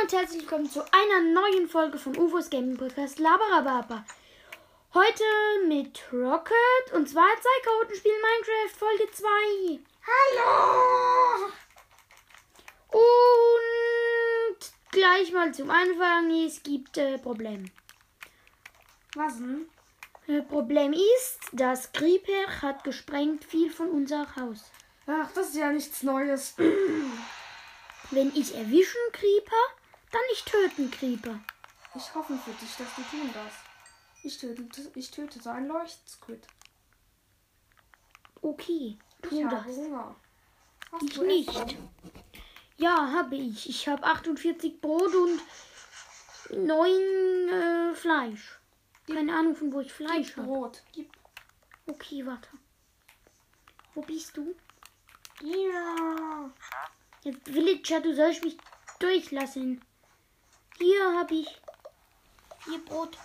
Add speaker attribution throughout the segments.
Speaker 1: und herzlich willkommen zu einer neuen Folge von UFOs Gaming Podcast Labarababa. Heute mit Rocket und zwar zwei Chaoten spielen Minecraft Folge 2.
Speaker 2: Hallo!
Speaker 1: Und gleich mal zum Anfang, es gibt äh, Problem.
Speaker 2: Was denn?
Speaker 1: Äh, Problem ist, das Creeper hat gesprengt viel von unser Haus.
Speaker 2: Ach, das ist ja nichts Neues.
Speaker 1: Wenn ich erwischen Creeper, dann ich töten Creeper.
Speaker 2: Ich hoffe für dich, dass du tun das. Ich tötete, ich tötete ein Leuchtsquid.
Speaker 1: Okay,
Speaker 2: Ich
Speaker 1: tu
Speaker 2: habe
Speaker 1: das.
Speaker 2: Hunger. Hast
Speaker 1: Ich
Speaker 2: du Essen?
Speaker 1: nicht. Ja, habe ich. Ich habe 48 Brot und 9 äh, Fleisch. Keine Ahnung, von wo ich Fleisch
Speaker 2: Gib
Speaker 1: habe.
Speaker 2: Brot. Gib.
Speaker 1: Okay, warte. Wo bist du?
Speaker 2: Ja.
Speaker 1: Jetzt, Villager, du sollst mich durchlassen. Hier habe ich vier Brot.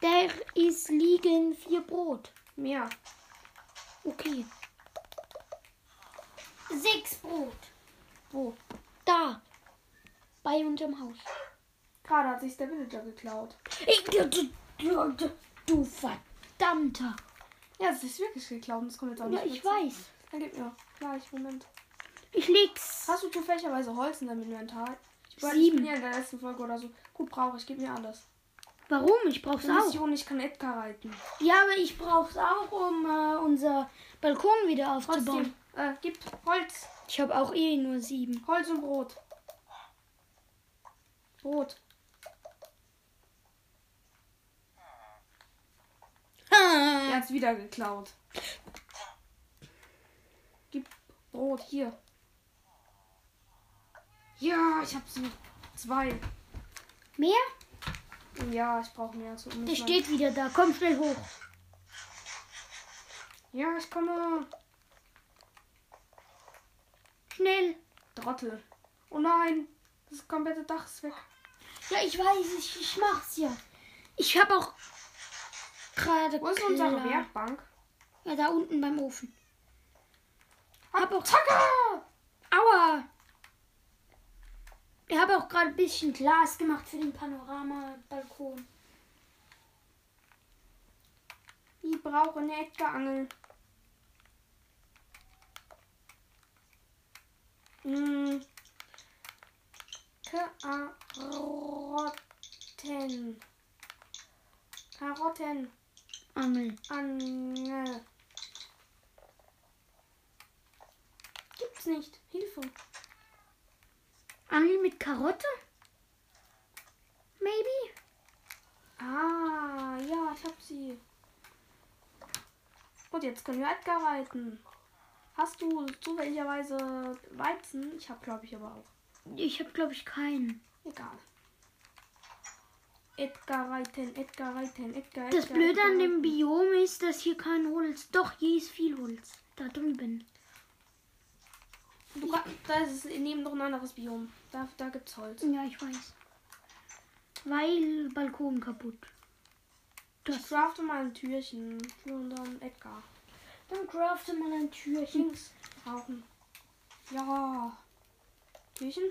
Speaker 1: Da ist liegen vier Brot.
Speaker 2: Mehr.
Speaker 1: Okay. Sechs Brot.
Speaker 2: Wo?
Speaker 1: Da. Bei unserem Haus.
Speaker 2: Gerade hat sich der Villager geklaut.
Speaker 1: Ich, du, du, du, du, du verdammter.
Speaker 2: Ja, es ist wirklich geklaut. und Das kommt jetzt auch
Speaker 1: Ja,
Speaker 2: nicht
Speaker 1: ich
Speaker 2: mit.
Speaker 1: weiß.
Speaker 2: Dann gib mir. Gleich, Moment.
Speaker 1: Ich leg's.
Speaker 2: Hast du zufälligerweise Holz in deinem Inventar? Ich wollte ich
Speaker 1: Sieben.
Speaker 2: bin ja in der letzten Folge oder so. Gut, brauche ich. Gib mir alles.
Speaker 1: Warum? Ich brauch's auch.
Speaker 2: Mission, ich kann Edgar reiten.
Speaker 1: Ja, aber ich brauch's auch, um äh, unser Balkon wieder aufzubauen.
Speaker 2: Trotzdem. Äh, gib Holz.
Speaker 1: Ich habe auch eh nur sieben.
Speaker 2: Holz und Brot. Brot. Er hat's wieder geklaut. Gib Brot hier. Ja, ich hab's noch. Zwei.
Speaker 1: Mehr?
Speaker 2: Ja, ich brauche mehr. So um
Speaker 1: Der
Speaker 2: mich
Speaker 1: steht wieder da. Komm schnell hoch.
Speaker 2: mal- Ja, ich komme.
Speaker 1: Schnell.
Speaker 2: Trottel. Oh nein. Das komplette Dach ist weg.
Speaker 1: Ja, ich weiß, ich, ich mach's ja. Ich habe auch gerade.
Speaker 2: Wo ist unsere
Speaker 1: klar-
Speaker 2: Werkbank?
Speaker 1: Ja, da unten beim Ofen. Hab auch.
Speaker 2: Zacka!
Speaker 1: Aua! Ich habe auch gerade ein bisschen Glas gemacht für den Panoramabalkon.
Speaker 2: Ich brauche eine Edgar-Angel. Hm. Karotten. Karottenangel.
Speaker 1: Angel.
Speaker 2: Gibt's nicht. Hilfe.
Speaker 1: Angel mit Karotte? Maybe?
Speaker 2: Ah, ja, ich hab sie. Und jetzt können wir Edgar reiten. Hast du zufälligerweise Weizen? Ich hab, glaube ich, aber auch.
Speaker 1: Ich habe, glaube ich, keinen.
Speaker 2: Egal. Edgar reiten, Edgar reiten, Edgar.
Speaker 1: Das
Speaker 2: Edgar,
Speaker 1: Blöde
Speaker 2: Edgar
Speaker 1: an dem
Speaker 2: reiten.
Speaker 1: Biom ist, dass hier kein Holz. Doch, hier ist viel Holz. Da drüben.
Speaker 2: Du, ka- da ist es neben noch ein anderes Biom. Da, da gibt's Holz.
Speaker 1: Ja, ich weiß. Weil Balkon kaputt.
Speaker 2: Ich crafte mal ein Türchen für unseren Edgar.
Speaker 1: Dann crafte mal ein Türchen.
Speaker 2: Links brauchen. Ja. Türchen?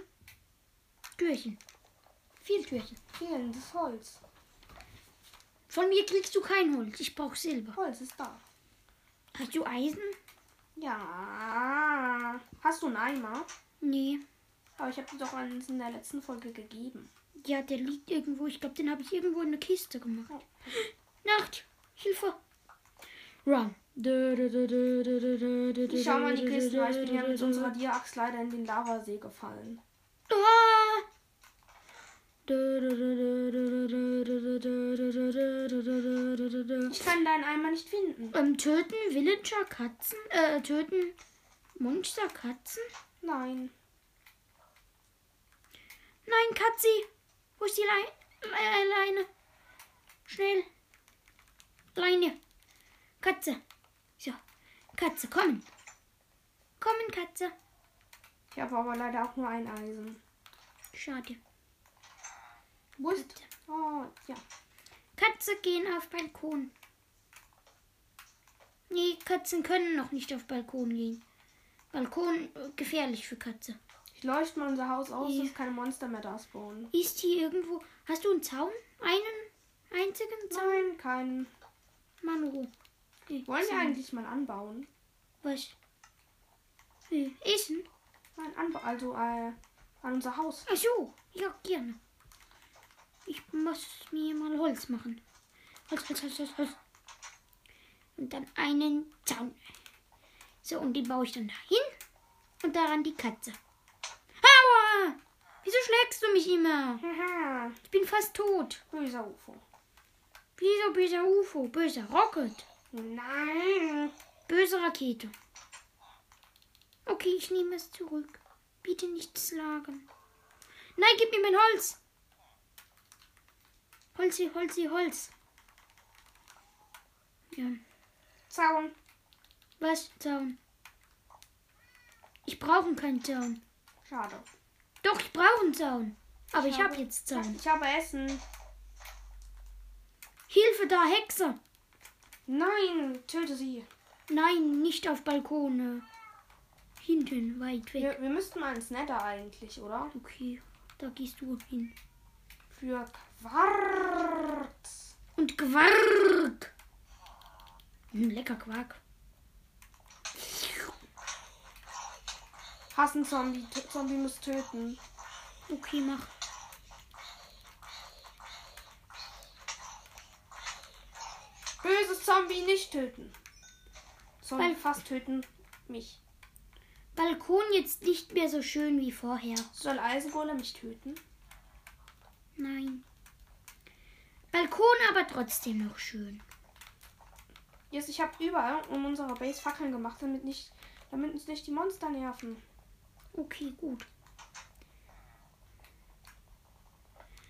Speaker 1: Türchen. Viel Türchen.
Speaker 2: Hier, das ist Holz.
Speaker 1: Von mir kriegst du kein Holz. Ich brauche Silber.
Speaker 2: Holz ist da.
Speaker 1: Hast du Eisen?
Speaker 2: Ja. Hast du einen Eimer?
Speaker 1: Nee.
Speaker 2: Aber ich habe dir doch einen in der letzten Folge gegeben.
Speaker 1: Ja, der liegt irgendwo. Ich glaube, den habe ich irgendwo in eine Kiste gemacht. Nacht! Hilfe! Run!
Speaker 2: Ich
Speaker 1: Ich
Speaker 2: schau mal in die Kisten, weil ich bin ja mit unserer Dieraxt leider in den Lavasee gefallen.
Speaker 1: Ah!
Speaker 2: Ich kann deinen Eimer nicht finden.
Speaker 1: Ähm, töten Villager Katzen? Äh, töten Monster Katzen?
Speaker 2: Nein.
Speaker 1: Nein, Katzi! Wo ist die Lei- Le Leine? Schnell! Leine! Katze! So, Katze, kommen! Kommen, Katze!
Speaker 2: Ich habe aber leider auch nur ein Eisen.
Speaker 1: Schade.
Speaker 2: Wo ist? Oh, ja.
Speaker 1: Katze gehen auf Balkon. Nee, Katzen können noch nicht auf Balkon gehen. Balkon äh, gefährlich für Katze.
Speaker 2: Ich leuchte mal unser Haus aus,
Speaker 1: Ja.
Speaker 2: dass keine Monster mehr da spawnen.
Speaker 1: Ist hier irgendwo. Hast du einen Zaun? Einen einzigen Zaun?
Speaker 2: Nein, keinen.
Speaker 1: Mann, Ruhe.
Speaker 2: Wollen wir eigentlich mal anbauen?
Speaker 1: Was? Äh, Essen?
Speaker 2: Nein, anba also äh, an unser Haus.
Speaker 1: Ach so, ja, gerne. Ich muss mir mal Holz machen. Holz, Holz, Holz, Holz, Holz. Und dann einen Zaun. So, und den baue ich dann dahin. Und daran die Katze. Aua! Wieso schlägst du mich immer?
Speaker 2: Haha,
Speaker 1: Ich bin fast tot.
Speaker 2: böser UFO.
Speaker 1: Wieso böser UFO? Böser Rocket?
Speaker 2: Nein.
Speaker 1: Böse Rakete. Okay, ich nehme es zurück. Bitte nicht schlagen. Nein, gib mir mein Holz. Holzi, Holzi, Holz. Ja,
Speaker 2: Zaun.
Speaker 1: was? Zaun. Ich brauche keinen Zaun.
Speaker 2: Schade.
Speaker 1: Doch, ich brauche einen Zaun. Aber ich habe
Speaker 2: habe-
Speaker 1: jetzt Zaun.
Speaker 2: Ich habe Essen.
Speaker 1: Hilfe da, Hexe.
Speaker 2: Nein, töte sie.
Speaker 1: Nein, nicht auf Balkone. Hinten, weit weg.
Speaker 2: Wir, wir müssten mal ins Nether eigentlich, oder?
Speaker 1: Okay, da gehst du hin.
Speaker 2: Für Quarz.
Speaker 1: Und Quark. Hm, lecker Quark.
Speaker 2: Hassen Zombie. T Zombie muss töten.
Speaker 1: Okay, mach.
Speaker 2: Böses Zombie nicht töten. Zombie
Speaker 1: Weil-
Speaker 2: fast töten mich.
Speaker 1: Balkon jetzt nicht mehr so schön wie vorher.
Speaker 2: Soll Eisengolem mich töten?
Speaker 1: Nein. Balkon aber trotzdem noch schön.
Speaker 2: Yes, ich habe überall um unsere Base Fackeln gemacht, damit, nicht, damit uns nicht die Monster nerven.
Speaker 1: Okay, gut.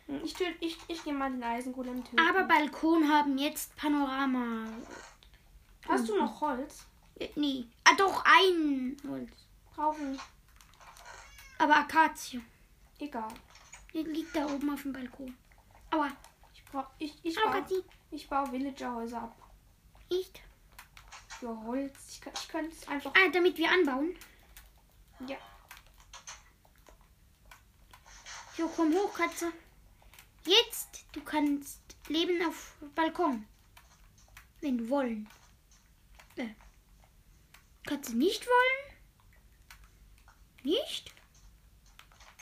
Speaker 2: Hm, Ich, töte, ich, ich gehe mal den Eisengolem töten.
Speaker 1: Aber Balkon haben jetzt Panorama.
Speaker 2: Hast du noch Holz?
Speaker 1: Äh, nee. Ah, doch, ein Holz.
Speaker 2: Brauchen.
Speaker 1: Aber Akazie.
Speaker 2: Egal.
Speaker 1: Die liegt da oben auf dem Balkon. Aua.
Speaker 2: Ich, brauch, ich, ich, baue,
Speaker 1: Akazie.
Speaker 2: ich baue Villagerhäuser ab.
Speaker 1: Nicht.
Speaker 2: Für Holz. Ich, kann- ich könnte es einfach.
Speaker 1: Ah, damit wir anbauen.
Speaker 2: Ja.
Speaker 1: So, komm hoch, Katze. Jetzt, du kannst leben auf Balkon. Wenn du wollen. Äh. Katze nicht wollen? Nicht?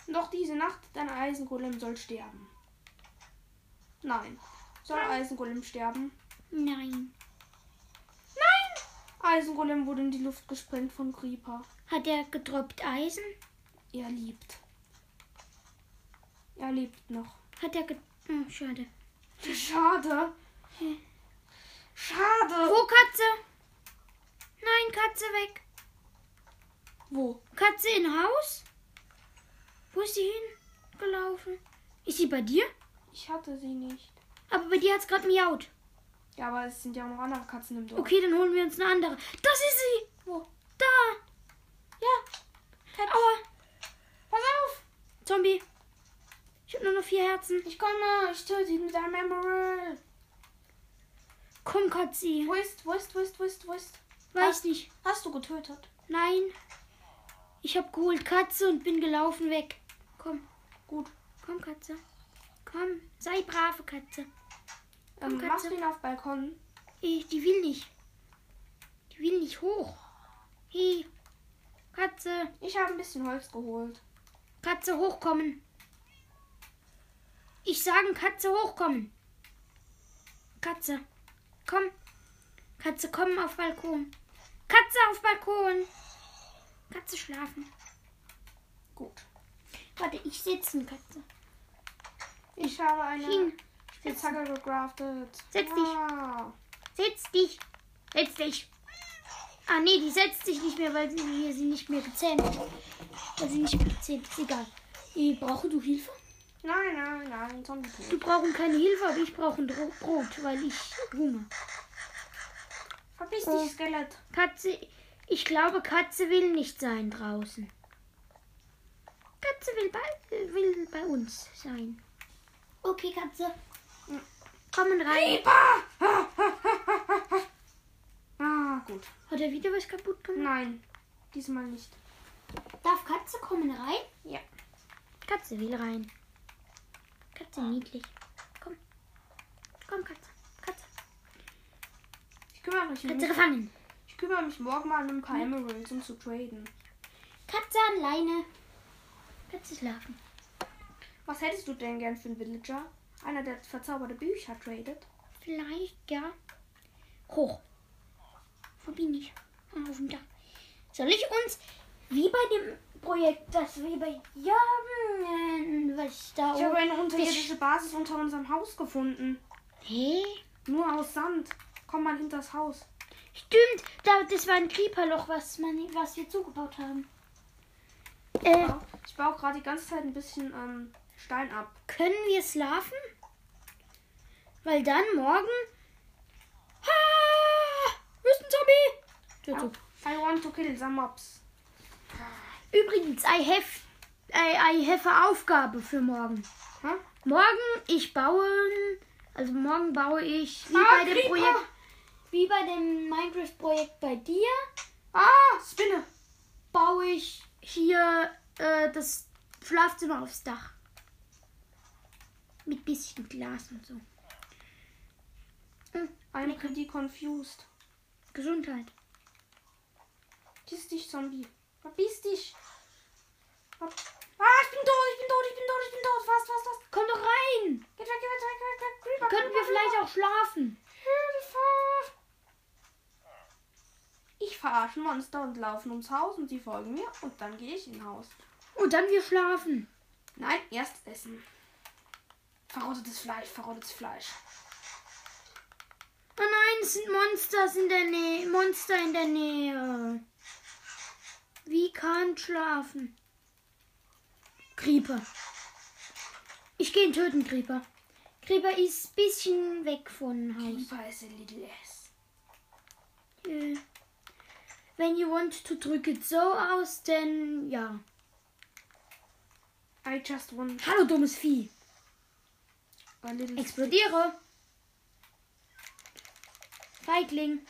Speaker 2: Noch diese Nacht, dein Eisengolem soll sterben. Nein. Soll Eisengolem sterben?
Speaker 1: Nein.
Speaker 2: Nein! Eisengolem wurde in die Luft gesprengt von Creeper.
Speaker 1: Hat er gedroppt Eisen?
Speaker 2: Er liebt. Er lebt noch.
Speaker 1: Hat er ge... Oh, schade.
Speaker 2: Schade. Schade.
Speaker 1: Wo, Katze? Nein, Katze weg.
Speaker 2: Wo?
Speaker 1: Katze in Haus? Wo ist sie hingelaufen? Ist sie bei dir?
Speaker 2: Ich hatte sie nicht.
Speaker 1: Aber bei dir hat's gerade miaut.
Speaker 2: Ja, aber es sind ja auch noch andere Katzen im Dorf.
Speaker 1: Okay, dann holen wir uns eine andere. Das ist sie!
Speaker 2: Wo?
Speaker 1: Da!
Speaker 2: Ja.
Speaker 1: Aua!
Speaker 2: Pass auf.
Speaker 1: Zombie! Ich hab nur noch vier Herzen.
Speaker 2: Ich komme. Ich töte ihn mit einem Emerald.
Speaker 1: Komm, Katzi.
Speaker 2: Wo ist, wo ist, wo ist, wo ist, wo ist?
Speaker 1: Weiß nicht.
Speaker 2: Hast du getötet?
Speaker 1: Nein. Ich hab geholt Katze und bin gelaufen weg. Komm,
Speaker 2: Gut.
Speaker 1: komm, Katze. Komm, sei brave Katze.
Speaker 2: Ähm,
Speaker 1: Katze.
Speaker 2: machst du ihn auf Balkon?
Speaker 1: Ich, die will nicht. Die will nicht hoch. Hey, Katze.
Speaker 2: Ich habe ein bisschen Holz geholt.
Speaker 1: Katze hochkommen. Ich sagen Katze hochkommen. Katze, komm. Katze, komm auf Balkon. Katze auf Balkon. Katze schlafen.
Speaker 2: Gut.
Speaker 1: Warte, ich sitzen, Katze.
Speaker 2: Ich habe eine
Speaker 1: Hin.
Speaker 2: Spitzhacke gegraftet.
Speaker 1: Setz dich.
Speaker 2: ja.
Speaker 1: Setz dich. Setz dich. Ah nee, die setzt sich nicht mehr, weil sie, wir sie nicht mehr gezähmt hat. Weil sie nicht mehr gezähmt ist. Egal. Äh, Brauchst du Hilfe?
Speaker 2: Nein, nein, nein. Zombie tot.
Speaker 1: Du brauchen keine Hilfe, aber ich brauche ein Dro- Brot, weil ich Hunger.
Speaker 2: Verpiss
Speaker 1: Oh.
Speaker 2: dich, Skelett.
Speaker 1: Katze, ich glaube, Katze will nicht sein draußen. Katze will bei, will bei uns sein. Okay, Katze. Kommen rein.
Speaker 2: Creeper! ah, gut. Ah,
Speaker 1: Hat er wieder was kaputt gemacht?
Speaker 2: Nein, diesmal nicht.
Speaker 1: Hm. Darf Katze kommen rein?
Speaker 2: Ja.
Speaker 1: Katze will rein. Katze niedlich. Komm. Komm, Katze. Katze.
Speaker 2: Ich kümmere mich,
Speaker 1: Katze
Speaker 2: mich,
Speaker 1: gefangen.
Speaker 2: ich kümmere mich morgen mal um ein paar Emeralds, um zu traden.
Speaker 1: Katze an Leine. Katze schlafen.
Speaker 2: Was hättest du denn gern für einen Villager? Einer, der verzauberte Bücher tradet?
Speaker 1: Vielleicht, ja. Hoch. Wo bin ich? Ah, Auf dem Dach. Soll ich uns, wie bei dem Projekt, das wir bei Jahren, was da
Speaker 2: Ich habe
Speaker 1: oben-
Speaker 2: eine unterirdische Basis unter unserem Haus gefunden.
Speaker 1: Hä?
Speaker 2: Nur aus Sand. Komm mal hinter das Haus.
Speaker 1: Stimmt, da, das war ein Creeperloch, was, man, was wir zugebaut haben. Äh,
Speaker 2: Ich baue gerade die ganze Zeit ein bisschen ähm, Stein ab.
Speaker 1: können wir schlafen? Weil dann morgen. Ha! Ist ein Zombie! Tür zu.
Speaker 2: I want to kill some mobs.
Speaker 1: Übrigens, I have, I, I have eine Aufgabe für morgen.
Speaker 2: Hä?
Speaker 1: Morgen, ich baue, also morgen baue ich wie
Speaker 2: Ah,
Speaker 1: bei dem
Speaker 2: Creeper!
Speaker 1: Projekt, wie bei dem Minecraft-Projekt bei dir,
Speaker 2: Ah, Spinne.
Speaker 1: baue ich hier äh, das Schlafzimmer aufs Dach. Mit bisschen Glas und so. Hm,
Speaker 2: Eine Pretty confused.
Speaker 1: Gesundheit.
Speaker 2: Verpiss dich, Zombie. Verpiss dich. Ver- Ah, ich bin tot, ich bin tot, ich bin tot, ich bin tot. Fast, fast, fast.
Speaker 1: Komm doch rein!
Speaker 2: Geht weg, geht weg, geht weg, geht weg. Creeper,
Speaker 1: Können wir
Speaker 2: Creeper,
Speaker 1: vielleicht auch schlafen?
Speaker 2: Hilfe! Ich verarsche Monster und laufen ums Haus und sie folgen mir und dann gehe ich ins Haus.
Speaker 1: Und dann wir schlafen.
Speaker 2: Nein, erst essen. Verrottetes Fleisch, verrottetes Fleisch.
Speaker 1: Oh nein, es sind Monsters in der Nähe. Monster in der Nähe. Wie kann schlafen? Creeper. Ich gehe ihn töten, Creeper. Creeper ist ein bisschen weg von Haus.
Speaker 2: Creeper is a little ass.
Speaker 1: Äh, When you want to drück it so aus, denn ja.
Speaker 2: I just want
Speaker 1: Hallo, dummes Vieh.
Speaker 2: a little...
Speaker 1: Explodiere. Feigling.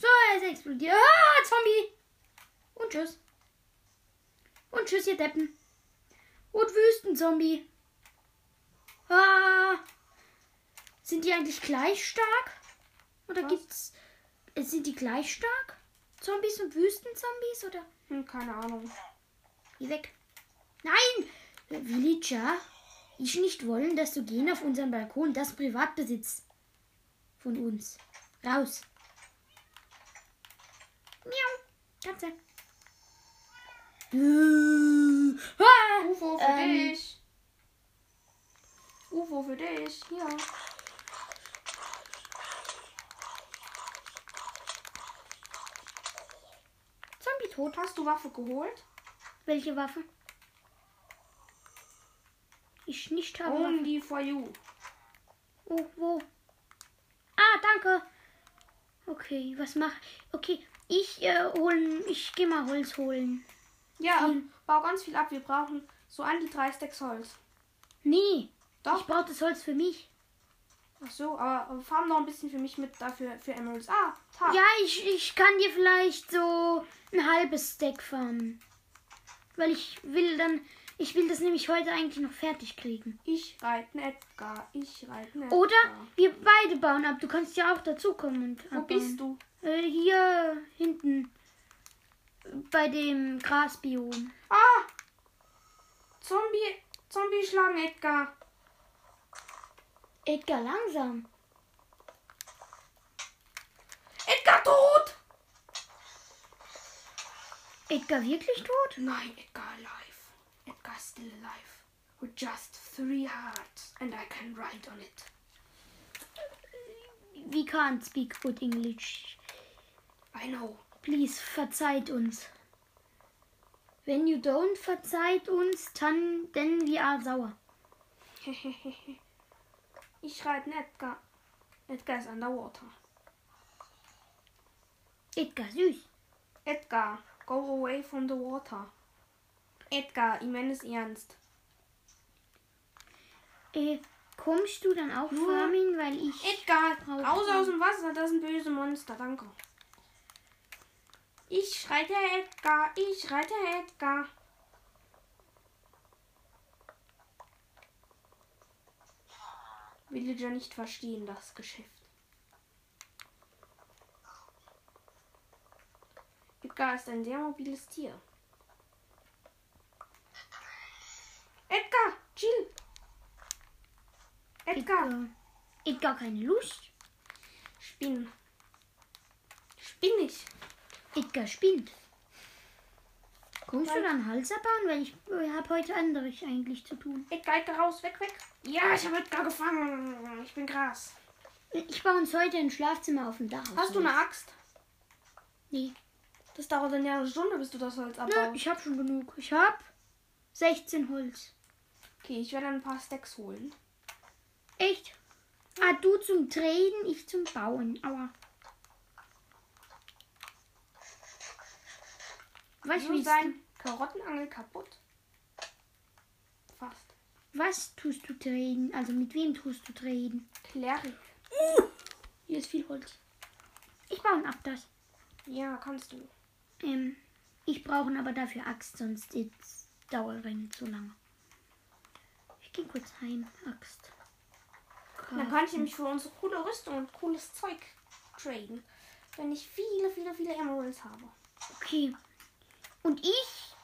Speaker 1: So, er ist explodiert. Ah, Zombie. Und tschüss. Und tschüss, ihr Deppen. Und Wüstenzombie. Ah. Sind die eigentlich gleich stark? Oder
Speaker 2: Was?
Speaker 1: gibt's. äh, Sind die gleich stark? Zombies und Wüstenzombies? Oder.
Speaker 2: Hm, keine Ahnung.
Speaker 1: Geh weg. Nein! Villager, ich nicht wollen, dass du gehen auf unseren Balkon. Das ist Privatbesitz von uns. Raus. Miau. Katze. Äh, ah,
Speaker 2: Ufo für
Speaker 1: Ähm.
Speaker 2: dich. Ufo für dich. Hier.
Speaker 1: Zombie tot.
Speaker 2: Hast du Waffe geholt?
Speaker 1: Welche Waffe? Ich nicht habe. Waffe.
Speaker 2: Only for you.
Speaker 1: Oh, wo? Ah, danke. Okay, was mach? Okay, ich äh, holen, ich geh mal Holz holen.
Speaker 2: Ja,
Speaker 1: Hm.
Speaker 2: ähm, bau ganz viel ab. Wir brauchen so an die drei Stacks Holz.
Speaker 1: Nee,
Speaker 2: Doch.
Speaker 1: ich brauche das Holz für mich.
Speaker 2: Ach so, aber äh, farm noch ein bisschen für mich mit dafür für Emeralds. Ah, Tag.
Speaker 1: Ja, ich, ich kann dir vielleicht so ein halbes Stack farmen. Weil ich will dann, ich will das nämlich heute eigentlich noch fertig kriegen.
Speaker 2: Ich reite einen Edgar. Ich reite einen Edgar.
Speaker 1: Oder wir beide bauen ab. Du kannst ja auch dazukommen. und
Speaker 2: Wo
Speaker 1: abbauen.
Speaker 2: bist du?
Speaker 1: Äh, hier hinten. Bei dem Grasbiom.
Speaker 2: Ah! Zombie. Zombie schlagen Edgar.
Speaker 1: Edgar, langsam.
Speaker 2: Edgar tot!
Speaker 1: Edgar wirklich tot?
Speaker 2: Nein, Edgar alive. Edgar still alive. With just three hearts and I can ride on it.
Speaker 1: We can't speak good English.
Speaker 2: I know.
Speaker 1: Please, verzeiht uns. When you don't verzeiht uns, dann denn we are sauer.
Speaker 2: ich reite einen Edgar. Edgar ist underwater.
Speaker 1: Edgar, süß.
Speaker 2: Edgar, go away from the water. Edgar, immenses Ernst.
Speaker 1: Äh, kommst du dann auch,
Speaker 2: Ja.
Speaker 1: Farmin, weil ich...
Speaker 2: Edgar,
Speaker 1: Braucht
Speaker 2: raus
Speaker 1: man.
Speaker 2: aus dem Wasser, das sind böse Monster, danke. Ich reite Edgar, ich reite Edgar. Villager nicht verstehen das Geschäft. Edgar ist ein sehr mobiles Tier. Edgar! Jill! Edgar!
Speaker 1: Edgar. Edgar, keine Lust.
Speaker 2: Spinn. Spinnig.
Speaker 1: Edgar spinnt. Kommst du
Speaker 2: Nein.
Speaker 1: dann Hals abbauen? Weil ich äh, habe heute anderes eigentlich zu tun.
Speaker 2: Edgar, Edgar raus, weg, weg. Ja, ich habe Edgar gefangen. Ich bin Gras.
Speaker 1: Äh, Ich baue uns heute ein Schlafzimmer auf dem Dach.
Speaker 2: Hast du eine Axt?
Speaker 1: Nee.
Speaker 2: Das dauert dann ja eine Stunde, bis du das Holz
Speaker 1: Na,
Speaker 2: abbaust.
Speaker 1: ich habe schon genug. Ich habe 16 Holz.
Speaker 2: Okay, ich werde ein paar Stacks holen.
Speaker 1: Echt? Ah, du zum Drehen, ich zum Bauen. Aua. Was
Speaker 2: Wieso ist
Speaker 1: willst
Speaker 2: dein Karottenangel kaputt? Fast.
Speaker 1: du? Was tust du drehen? Also mit wem tust du drehen?
Speaker 2: Klärig.
Speaker 1: Hier ist viel Holz. Ich baue ein Abdach.
Speaker 2: Ja, kannst du.
Speaker 1: Ähm, ich brauche aber dafür Axt, sonst jetzt dauert Rennen zu lange. Ich gehe kurz heim, Axt.
Speaker 2: Dann kann ich nämlich für unsere coole Rüstung und cooles Zeug traden. Wenn ich viele, viele, viele Emeralds habe.
Speaker 1: Okay. Und ich?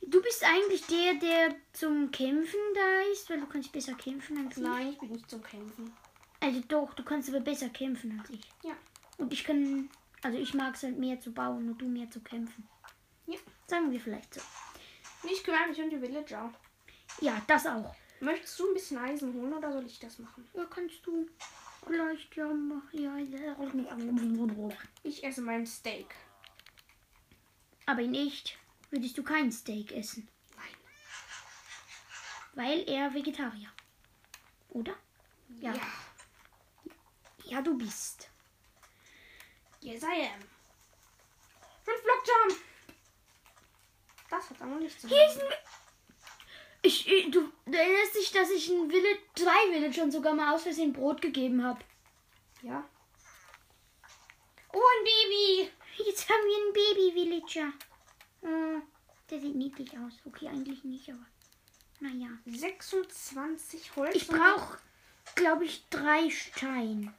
Speaker 1: Du bist eigentlich der, der zum Kämpfen da ist, weil du kannst besser kämpfen als
Speaker 2: Nein, ich bin nicht zum Kämpfen.
Speaker 1: ich. Also doch, du kannst aber besser kämpfen als ich.
Speaker 2: Ja.
Speaker 1: Und ich kann, also ich mag es halt mehr zu bauen und du mehr zu kämpfen.
Speaker 2: Ja.
Speaker 1: Sagen wir vielleicht so.
Speaker 2: Ich kümmere mich um die Villager.
Speaker 1: Ja, das auch.
Speaker 2: Möchtest du ein bisschen Eisen holen oder soll ich das machen?
Speaker 1: Ja, kannst du vielleicht ja machen. Ja, ja.
Speaker 2: Ich esse mein Steak.
Speaker 1: Aber nicht würdest du kein Steak essen,
Speaker 2: Nein.
Speaker 1: weil er Vegetarier. Oder? Ja.
Speaker 2: Ja.
Speaker 1: Ja, du bist.
Speaker 2: Yes, I am. Fünf Blockjump. Das hat aber nichts zu
Speaker 1: Hier
Speaker 2: tun.
Speaker 1: ist ein. Ich, ich, du, du erinnerst dich, dass ich ein Village, drei Villagern sogar mal aus Versehen Brot gegeben habe.
Speaker 2: Ja. Oh, ein Baby.
Speaker 1: Jetzt haben wir einen Baby-Villager. Oh, der sieht niedlich aus. Okay, eigentlich nicht, aber. Naja.
Speaker 2: 26 Holz.
Speaker 1: Ich
Speaker 2: und-
Speaker 1: brauche, glaube ich, drei Steine.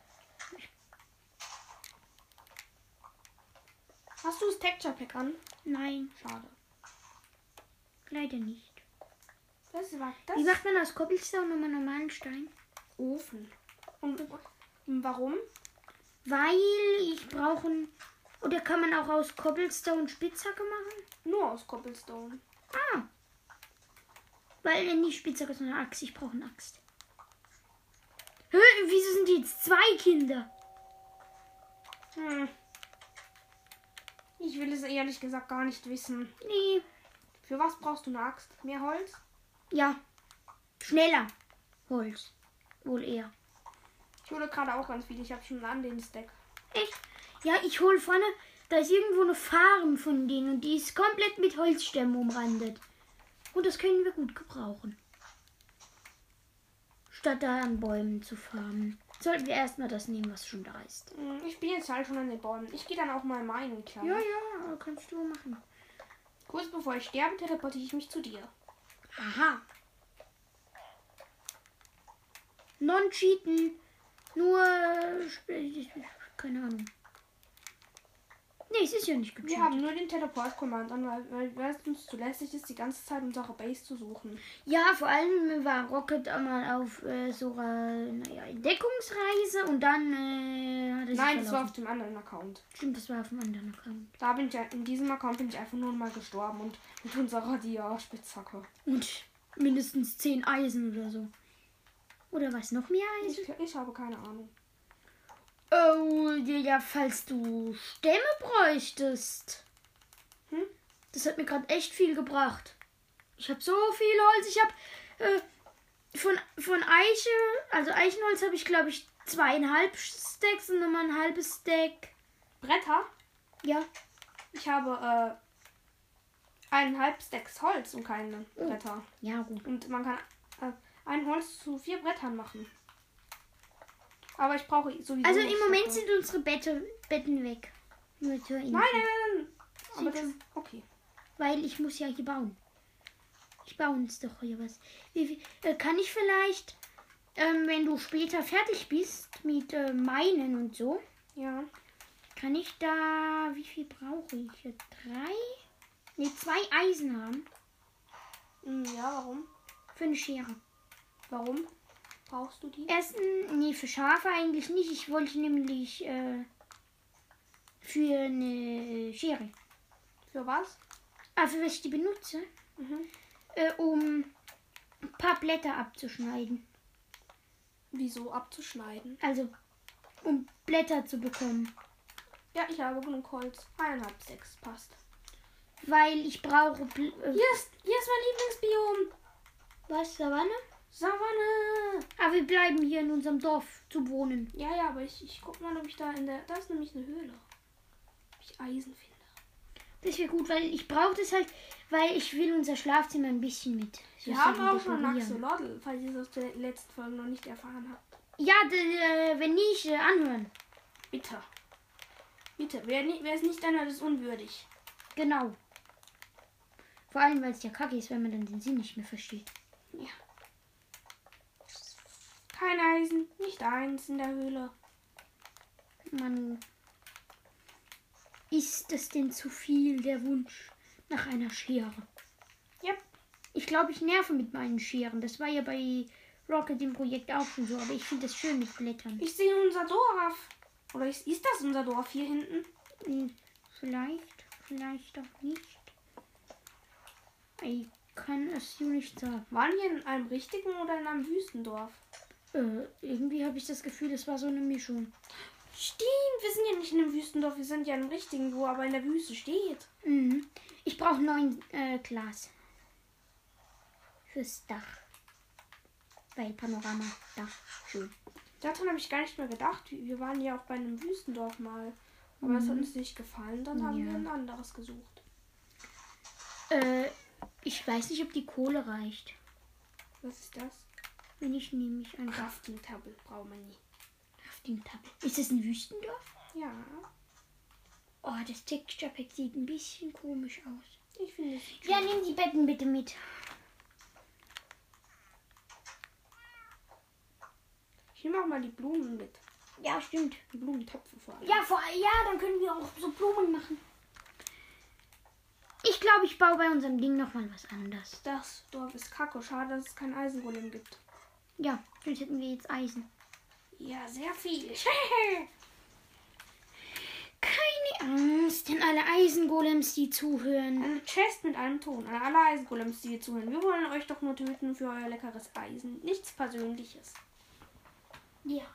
Speaker 2: Hast du das Texture Pack an?
Speaker 1: Nein,
Speaker 2: Schade.
Speaker 1: leider nicht.
Speaker 2: Das war
Speaker 1: Wie
Speaker 2: das
Speaker 1: macht man aus Koppelstein nochmal normalen Stein?
Speaker 2: Ofen. Und warum?
Speaker 1: Weil ich brauche ein. Oder kann man auch aus Cobblestone Spitzhacke machen?
Speaker 2: Nur aus Cobblestone.
Speaker 1: Ah. Weil äh, nicht Spitzhacke, sondern Axt. Ich brauche eine Axt. Hä, wieso sind die jetzt zwei Kinder?
Speaker 2: Hm. Ich will es ehrlich gesagt gar nicht wissen.
Speaker 1: Nee.
Speaker 2: Für was brauchst du eine Axt? Mehr Holz?
Speaker 1: Ja. Schneller. Holz. Wohl eher.
Speaker 2: Ich hole gerade auch ganz viel. Ich habe schon an den Stack.
Speaker 1: Echt? Ja, ich hole vorne. Da ist irgendwo eine Farm von denen und die ist komplett mit Holzstämmen umrandet. Und das können wir gut gebrauchen. Statt da an Bäumen zu farmen, sollten wir erstmal das nehmen, was schon da ist.
Speaker 2: Hm, Ich bin jetzt halt schon an den Bäumen. Ich gehe dann auch mal meinen klar.
Speaker 1: Ja, ja, kannst du machen.
Speaker 2: Kurz bevor ich sterbe, teleportiere ich mich zu dir.
Speaker 1: Aha. Non-Cheaten. Nur. äh, sp- Keine Ahnung. Nee, es ist ja nicht
Speaker 2: Wir
Speaker 1: gecheatet.
Speaker 2: haben nur den Teleport-Command an, weil, weil, weil es uns zu lästig ist, die ganze Zeit unsere Base zu suchen.
Speaker 1: Ja, vor allem war Rocket einmal auf äh, so einer naja, Entdeckungsreise und dann äh, hat er sich
Speaker 2: Nein, das war
Speaker 1: verlaufen.
Speaker 2: auf dem anderen Account.
Speaker 1: Stimmt, das war auf dem anderen Account.
Speaker 2: Da bin ich ja- in diesem Account bin ich einfach nur mal gestorben und mit unserer Dia-Spitzhacke.
Speaker 1: Und mindestens 10 Eisen oder so. Oder was, noch mehr
Speaker 2: Ich,
Speaker 1: Eisen?
Speaker 2: ich habe keine Ahnung.
Speaker 1: Oh, ja, falls du Stämme bräuchtest.
Speaker 2: Hm?
Speaker 1: Das hat mir gerade echt viel gebracht. Ich habe so viel Holz. Ich habe äh, von, von Eiche, also Eichenholz habe ich, glaube ich, zweieinhalb Stacks und nochmal ein halbes Stack.
Speaker 2: Bretter?
Speaker 1: Ja,
Speaker 2: Ich habe äh, eineinhalb Stacks Holz und keine Bretter.
Speaker 1: ja gut.
Speaker 2: Und man kann äh, ein Holz zu vier Brettern machen. Aber ich brauche sowieso.
Speaker 1: Also
Speaker 2: noch
Speaker 1: im Moment
Speaker 2: Stöcke.
Speaker 1: sind unsere Bette, Betten weg. Nur zur Info.
Speaker 2: Nein, nein, nein, nein. Aber das.
Speaker 1: Sieht
Speaker 2: Okay.
Speaker 1: Weil ich muss ja hier bauen. Ich baue uns doch hier was. Wie, wie, äh, kann ich vielleicht ähm, wenn du später fertig bist mit äh, meinen und so,
Speaker 2: Ja.
Speaker 1: kann ich da, wie viel brauche ich? Äh, Drei? Ne, zwei Eisen haben
Speaker 2: Hm, Ja, warum?
Speaker 1: für eine Schere.
Speaker 2: Warum brauchst du die?
Speaker 1: Ersten, nee, für Schafe eigentlich nicht. Ich wollte nämlich äh, für eine Schere.
Speaker 2: Für was?
Speaker 1: Ah, für was ich die benutze?
Speaker 2: Mhm.
Speaker 1: Äh, um ein paar Blätter abzuschneiden.
Speaker 2: Wieso abzuschneiden?
Speaker 1: Also, um Blätter zu bekommen.
Speaker 2: Ja, ich habe genug Holz. Eineinhalb, sechs. Passt.
Speaker 1: Weil ich brauche. Bl äh,
Speaker 2: Hier ist, hier ist mein Lieblingsbiom.
Speaker 1: was, Savanne?
Speaker 2: Savanne.
Speaker 1: Aber Ah, wir bleiben hier in unserem Dorf zu wohnen.
Speaker 2: Ja, ja, aber ich, ich guck mal, ob ich da in der... Da ist nämlich eine Höhle. Ob ich Eisen finde.
Speaker 1: Das wäre gut, weil ich brauche das halt, weil ich will unser Schlafzimmer ein bisschen mit. so
Speaker 2: Wir haben
Speaker 1: Sachen
Speaker 2: auch schon
Speaker 1: dekorieren.
Speaker 2: einen Axolotl, falls ihr das aus der letzten Folge noch nicht erfahren habt.
Speaker 1: Ja, d- äh, wenn nicht, äh, anhören.
Speaker 2: Bitte. Bitte. Wer, ni- wer es nicht anhört, ist unwürdig.
Speaker 1: Genau. Vor allem, weil es ja kacke ist, wenn man dann den Sinn nicht mehr versteht.
Speaker 2: Ja. Kein Eisen, nicht eins in der Höhle.
Speaker 1: Man. Ist es denn zu viel der Wunsch nach einer Schere?
Speaker 2: Ja.
Speaker 1: Ich glaube, ich nerve mit meinen Scheren. Das war ja bei Rocket im Projekt auch schon so, aber ich finde das schön mit Blättern.
Speaker 2: Ich sehe unser Dorf. Oder ist, ist das unser Dorf hier hinten?
Speaker 1: Hm, Vielleicht, vielleicht auch nicht. Ich kann es dir nicht sagen.
Speaker 2: Waren wir in einem richtigen oder in einem Wüstendorf?
Speaker 1: Äh, irgendwie habe ich das Gefühl, es war so eine Mischung.
Speaker 2: Stimmt, wir sind ja nicht in einem Wüstendorf, wir sind ja in einem richtigen, wo aber in der Wüste steht.
Speaker 1: Mhm. Ich brauche neun äh, Glas. Fürs Dach. Weil Panorama, Dach, schön.
Speaker 2: Daran habe ich gar nicht mehr gedacht. Wir waren ja auch bei einem Wüstendorf mal. Aber es hat uns nicht gefallen, dann haben wir
Speaker 1: Ja.
Speaker 2: ein anderes gesucht.
Speaker 1: Äh, ich weiß nicht, ob die Kohle reicht.
Speaker 2: Was ist das?
Speaker 1: Wenn ich nämlich ein
Speaker 2: Crafting Table braucht man nie.
Speaker 1: Crafting-Tablet. Ist das ein Wüstendorf?
Speaker 2: Ja,
Speaker 1: Oh, das Texture Pack sieht ein bisschen komisch aus.
Speaker 2: ich finde es.
Speaker 1: Ja, nimm die Betten bitte mit.
Speaker 2: Ich nehme auch mal die Blumen mit.
Speaker 1: Ja, stimmt.
Speaker 2: Die Blumentöpfe vor allem.
Speaker 1: Ja, vor, ja, dann können wir auch so Blumen machen. Ich glaube, ich baue bei unserem Ding nochmal was anderes.
Speaker 2: Das Dorf ist kacke. Schade, dass es kein Eisengolem gibt.
Speaker 1: Ja, sonst hätten wir jetzt Eisen.
Speaker 2: Ja, sehr viel.
Speaker 1: Keine Angst, denn alle Eisengolems, die zuhören.
Speaker 2: Eine Chest mit einem Ton. An alle Eisengolems, die hier zuhören. Wir wollen euch doch nur töten für euer leckeres Eisen. Nichts Persönliches.
Speaker 1: Ja.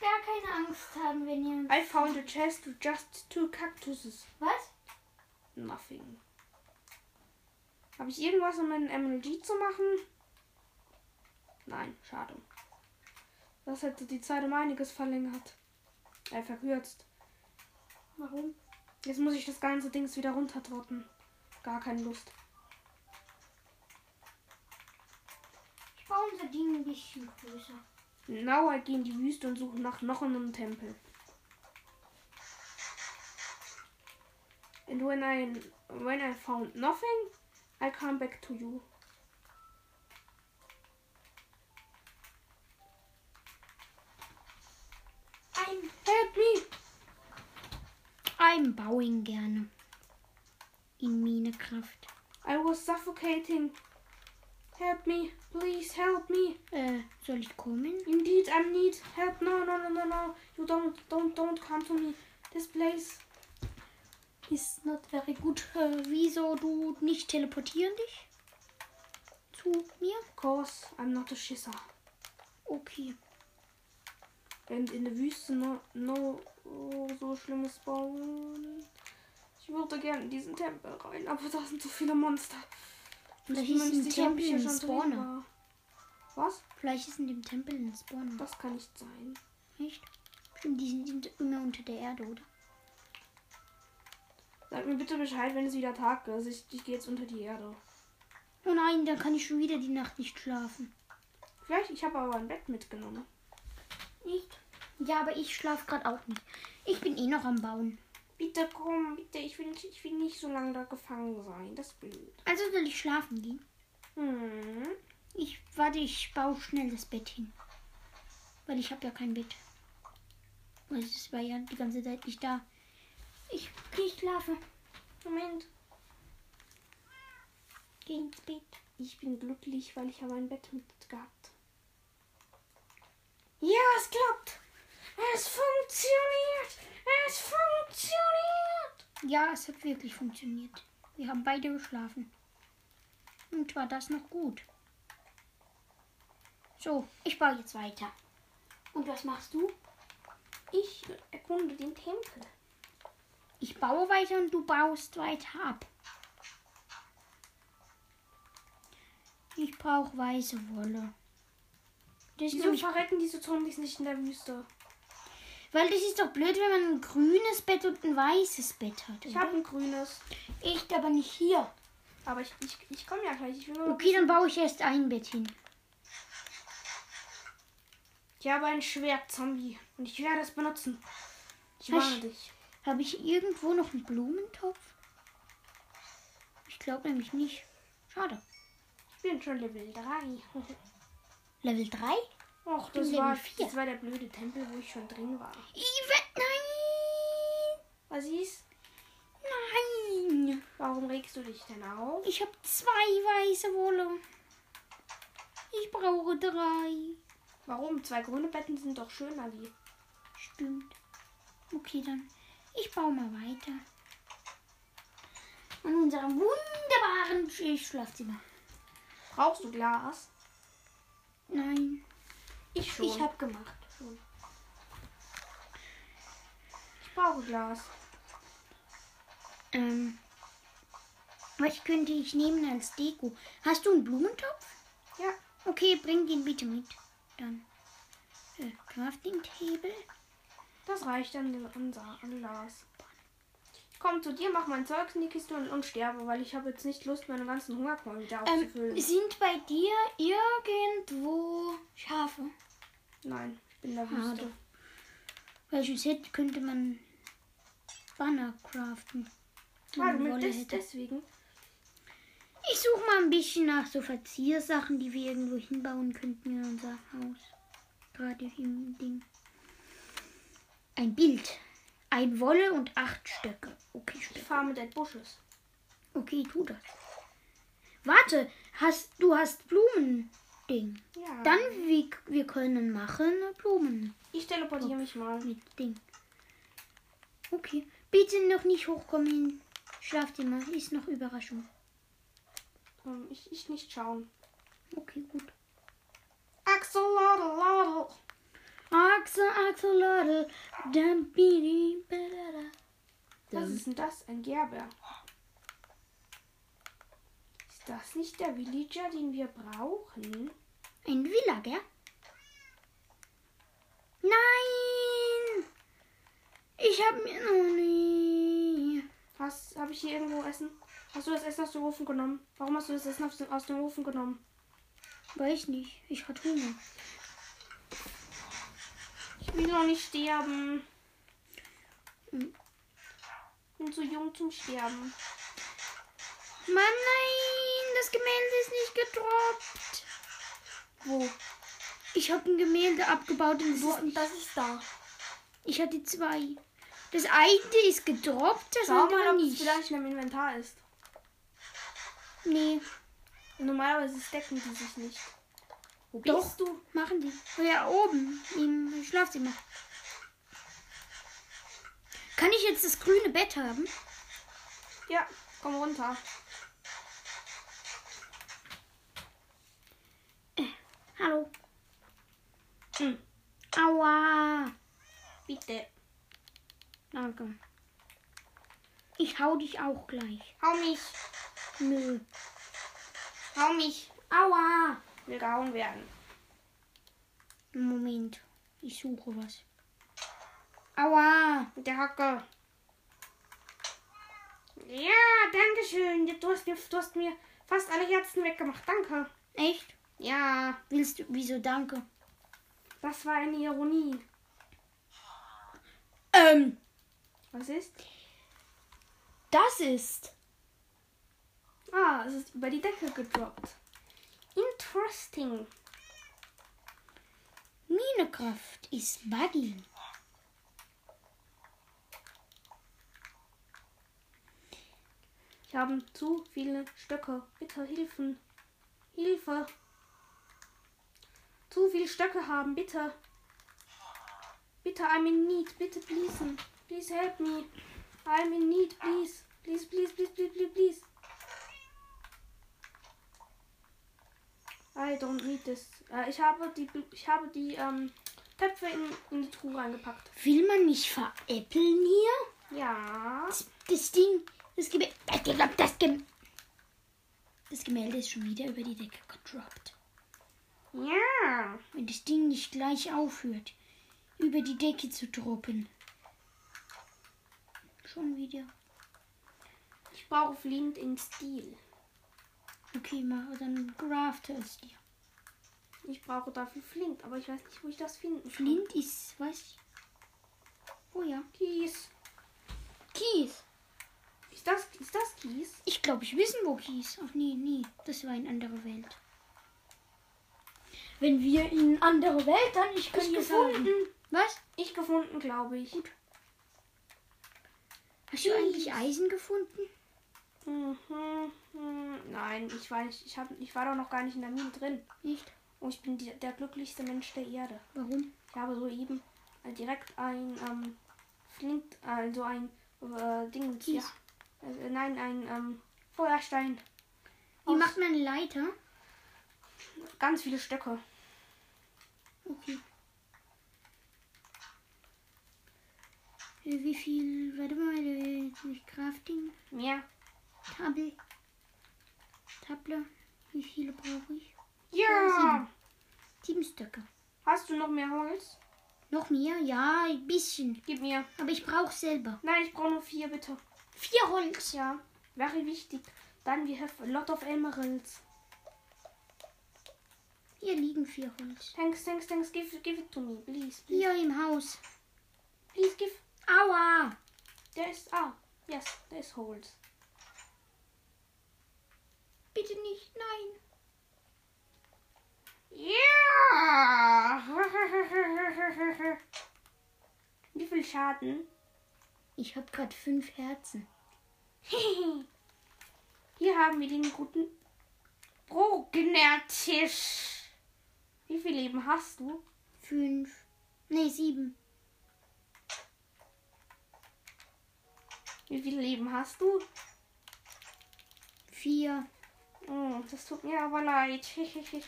Speaker 1: Gar keine Angst haben, wenn ihr...
Speaker 2: I found a chest with just two cactuses.
Speaker 1: Was?
Speaker 2: Nothing. Habe ich irgendwas, um einen MLG zu machen? Nein, schade. Das hätte die Zeit um einiges verlängert. Äh, verkürzt.
Speaker 1: Warum?
Speaker 2: Jetzt muss ich das ganze Dings wieder runtertrotten. Gar keine Lust.
Speaker 1: Ich baue unser Ding ein bisschen größer.
Speaker 2: Nauer geh in die Wüste und suche nach noch einem Tempel. And when I when I found nothing, I come back to you.
Speaker 1: Ein
Speaker 2: Help me!
Speaker 1: I'm bowing gerne. In Minecraft.
Speaker 2: I was suffocating. Help me, please help me.
Speaker 1: Äh, soll ich kommen?
Speaker 2: Indeed, I need help. No, no, no, no, no. You don't, don't, don't come to me. This place.
Speaker 1: Ist not very good. Äh, wieso du nicht teleportieren dich? Zu mir?
Speaker 2: Cause I'm not a schisser.
Speaker 1: Okay.
Speaker 2: And in der Wüste no, no oh, so schlimmes bauen. Ich würde gerne in diesen Tempel rein, aber da sind so viele Monster. Und
Speaker 1: Da
Speaker 2: ich bin mir
Speaker 1: hieß
Speaker 2: nicht
Speaker 1: ein
Speaker 2: sicher, ob ich
Speaker 1: Tempel
Speaker 2: hier
Speaker 1: ein
Speaker 2: schon drin
Speaker 1: Spawner.
Speaker 2: war. Was?
Speaker 1: Vielleicht ist in dem Tempel ein Spawner.
Speaker 2: Das kann nicht sein.
Speaker 1: Nicht? Stimmt, die sind immer unter der Erde, oder?
Speaker 2: Sag mir bitte Bescheid, wenn es wieder Tag ist. Ich, ich gehe jetzt unter die Erde.
Speaker 1: Oh nein, dann kann ich schon wieder die Nacht nicht schlafen.
Speaker 2: Vielleicht, ich habe aber ein Bett mitgenommen.
Speaker 1: Nicht? Ja, aber ich schlafe gerade auch nicht. Ich bin eh noch am Bauen.
Speaker 2: Bitte komm, bitte, ich will, nicht- ich will nicht so lange da gefangen sein. Das ist blöd.
Speaker 1: Also soll ich schlafen gehen?
Speaker 2: Hm.
Speaker 1: Ich warte, ich baue schnell das Bett hin. Weil ich habe ja kein Bett. Und Es war ja die ganze Zeit nicht da. Ich gehe schlafen.
Speaker 2: Moment.
Speaker 1: Geh ins Bett.
Speaker 2: Ich bin glücklich, weil ich habe ein Bett mitgehabt. Ja, es klappt. Es funktioniert. Es funktioniert.
Speaker 1: Ja, es hat wirklich funktioniert. Wir haben beide geschlafen. Und war das noch gut. So, ich baue jetzt weiter.
Speaker 2: Und was machst du? Ich erkunde den Tempel.
Speaker 1: Ich baue weiter und du baust weiter ab. Ich brauche weiße Wolle. Das ist
Speaker 2: Wieso
Speaker 1: nämlich,
Speaker 2: verrecken diese Zombies nicht in der Wüste?
Speaker 1: weil das ist doch blöd, wenn man ein grünes Bett und ein weißes Bett hat.
Speaker 2: Ich
Speaker 1: oder?
Speaker 2: habe ein grünes.
Speaker 1: Echt, aber nicht hier.
Speaker 2: Aber ich, ich, ich komme ja gleich. Ich will nur
Speaker 1: Okay, dann baue ich erst ein Bett hin.
Speaker 2: Ich habe ein Schwert, Zombie. Und ich werde es benutzen. Ich
Speaker 1: Hast-
Speaker 2: warne dich.
Speaker 1: Habe ich irgendwo noch einen Blumentopf? Ich glaube nämlich nicht. Schade.
Speaker 2: Ich bin schon Level 3.
Speaker 1: Level 3?
Speaker 2: Och,
Speaker 1: bin
Speaker 2: das
Speaker 1: Level
Speaker 2: war,
Speaker 1: vier.
Speaker 2: das war der blöde Tempel, wo ich schon drin war.
Speaker 1: Nein!
Speaker 2: Was ist?
Speaker 1: Nein!
Speaker 2: Warum regst du dich denn auf?
Speaker 1: Ich habe zwei weiße Wolle. Ich brauche drei.
Speaker 2: Warum? Zwei grüne Betten sind doch schöner wie.
Speaker 1: Stimmt. Okay, dann. Ich baue mal weiter. An unserem wunderbaren Sch- Schlafzimmer.
Speaker 2: Brauchst du Glas?
Speaker 1: Nein,
Speaker 2: Ich schon.
Speaker 1: ich habe gemacht.
Speaker 2: ich brauche Glas.
Speaker 1: Ähm, was könnte ich nehmen als Deko? Hast du einen Blumentopf?
Speaker 2: Ja.
Speaker 1: Okay, bring den bitte mit. Dann. Äh, Crafting Table.
Speaker 2: Das reicht an unser an Glas. Ich komme zu dir, mach mein Zeug in die Kiste und, und sterbe, weil ich habe jetzt nicht Lust, meine ganzen Hungerkeulen wieder aufzufüllen.
Speaker 1: Ähm, sind bei dir irgendwo Schafe?
Speaker 2: Nein, ich bin in der Wüste. Ah,
Speaker 1: Schade. Welches Set könnte man Banner craften? wenn
Speaker 2: Ah,
Speaker 1: man
Speaker 2: du
Speaker 1: Wolle
Speaker 2: des,
Speaker 1: hätte?
Speaker 2: deswegen.
Speaker 1: Ich suche mal ein bisschen nach so Verziersachen, die wir irgendwo hinbauen könnten in unser Haus. Gerade im Ding. Ein Bild. Ein Wolle und acht Stöcke. Okay,
Speaker 2: Ich
Speaker 1: Stöcke.
Speaker 2: fahre mit den Busches.
Speaker 1: Okay, tu das. Warte, hast, du hast Blumending.
Speaker 2: Ja.
Speaker 1: Dann, wir, wir können machen Blumen
Speaker 2: Ich
Speaker 1: Oh.
Speaker 2: teleportiere mich mal.
Speaker 1: mit Ding. Okay, bitte noch nicht hochkommen. Schlafzimmer ist noch Überraschung.
Speaker 2: Ähm, Ich, ich nicht schauen.
Speaker 1: Okay, gut.
Speaker 2: Axolotl.
Speaker 1: Axel, Axolotl, dann bidi, badada.
Speaker 2: Was ist denn das? Ein Gerber. Ist das nicht der Villager, den wir brauchen?
Speaker 1: Ein Villa, gell? Nein! Ich hab mir noch nie.
Speaker 2: Hast, habe ich hier irgendwo Essen? Hast du das Essen aus dem Ofen genommen? Warum hast du das Essen aus dem, aus dem Ofen genommen?
Speaker 1: Weiß nicht, ich hatte Hunger.
Speaker 2: Ich will noch nicht sterben. Bin zu jung zum Sterben.
Speaker 1: Mann, nein! Das Gemälde ist nicht gedroppt.
Speaker 2: Wo?
Speaker 1: Ich hab ein Gemälde abgebaut und
Speaker 2: Wo?
Speaker 1: es ist nicht.
Speaker 2: Das ist da.
Speaker 1: Ich hatte zwei. Das eine ist gedroppt, das
Speaker 2: Schau
Speaker 1: andere
Speaker 2: mal, ob es
Speaker 1: nicht.
Speaker 2: vielleicht in einem Inventar ist.
Speaker 1: Nee,
Speaker 2: Normalerweise stecken die sich nicht. Wo
Speaker 1: Doch.
Speaker 2: bist du?
Speaker 1: machen die. Ja, oben im Schlafzimmer. Kann ich jetzt das grüne Bett haben?
Speaker 2: Ja, komm runter.
Speaker 1: Hallo.
Speaker 2: Hm.
Speaker 1: Aua.
Speaker 2: Bitte.
Speaker 1: Danke. Ich hau dich auch gleich.
Speaker 2: Hau mich.
Speaker 1: Nö.
Speaker 2: Hau mich.
Speaker 1: Aua.
Speaker 2: Will gehauen werden.
Speaker 1: Moment. Ich suche was. Aua.
Speaker 2: Mit der Hacke. Ja, danke schön. Du hast mir, du hast mir fast alle Herzen weggemacht. Danke.
Speaker 1: Echt?
Speaker 2: Ja,
Speaker 1: Willst du? Wieso danke?
Speaker 2: das war eine Ironie.
Speaker 1: Ähm,
Speaker 2: Was ist?
Speaker 1: das ist.
Speaker 2: Ah, es ist über die Decke gedroppt. Interesting.
Speaker 1: Minecraft ist Bugging.
Speaker 2: Ich habe zu viele Stöcke. Bitte helfen. Hilfe. Zu viele Stöcke haben, bitte. Bitte, I'm in need. Bitte, please. Please help me. I'm in need, please. Please, please, please, please, please, please. I don't need this. Äh, ich habe die, ich habe die ähm, Töpfe in, in die Truhe reingepackt.
Speaker 1: Will man mich veräppeln hier?
Speaker 2: Ja.
Speaker 1: Das, das Ding, das Gemälde, das, Gemälde, das, Gemälde, das Gemälde ist schon wieder über die Decke gedroppt.
Speaker 2: Ja.
Speaker 1: Wenn das Ding nicht gleich aufhört, über die Decke zu droppen. Schon wieder.
Speaker 2: Ich brauche fliegend in Stil.
Speaker 1: Okay, mach dann crafte es dir.
Speaker 2: Ich brauche dafür Flint, aber ich weiß nicht, wo ich das finden kann.
Speaker 1: Flint ist, weiß ich. Oh ja.
Speaker 2: Kies.
Speaker 1: Kies.
Speaker 2: Ist das, ist das Kies?
Speaker 1: Ich glaube, ich wissen, wo Kies. Ach nee, nee. Das war eine andere Welt. Wenn wir in andere Welt, dann ich
Speaker 2: Ich
Speaker 1: könnte
Speaker 2: gefunden.
Speaker 1: sagen. Was?
Speaker 2: Ich gefunden, glaube ich.
Speaker 1: Gut. Hast du eigentlich Eisen gefunden?
Speaker 2: Mhm, mhm. Nein, ich war nicht, ich hab, ich war doch noch gar nicht in der Mine drin.
Speaker 1: Nicht?
Speaker 2: Und ich bin die, der glücklichste Mensch der Erde.
Speaker 1: Warum?
Speaker 2: Ich habe soeben äh, direkt ein ähm, Flint, also ein äh, Ding hier.
Speaker 1: Kies.
Speaker 2: Äh, nein, ein ähm, Feuerstein.
Speaker 1: Wie
Speaker 2: Aus-
Speaker 1: macht man eine Leiter?
Speaker 2: Ganz viele Stöcke.
Speaker 1: Okay. Äh, Wie viel, warte mal, äh, Crafting,
Speaker 2: Mehr.
Speaker 1: Tabel, Tabler, wie viele brauche ich?
Speaker 2: Ja!
Speaker 1: Sieben Stöcke.
Speaker 2: Hast du noch mehr Holz?
Speaker 1: Noch mehr? Ja, ein bisschen.
Speaker 2: Gib mir.
Speaker 1: Aber ich brauche selber.
Speaker 2: Nein, ich brauche nur vier, bitte.
Speaker 1: Vier Holz.
Speaker 2: Ja, very wichtig. Dann we have a lot of emeralds.
Speaker 1: Hier liegen vier Holz.
Speaker 2: Thanks, thanks, thanks. Give, give it to me, please,
Speaker 1: Hier
Speaker 2: please,
Speaker 1: im Haus.
Speaker 2: please give.
Speaker 1: Aua.
Speaker 2: There is ah yes, there is holes.
Speaker 1: Bitte nicht, nein.
Speaker 2: Yeah. Wie viel Schaden?
Speaker 1: Ich habe gerade fünf Herzen.
Speaker 2: Hier haben wir den guten Brognertisch. Wie viel Leben hast du?
Speaker 1: Fünf. Nee, sieben.
Speaker 2: Wie viel Leben hast du?
Speaker 1: Vier.
Speaker 2: Oh, das tut mir aber leid.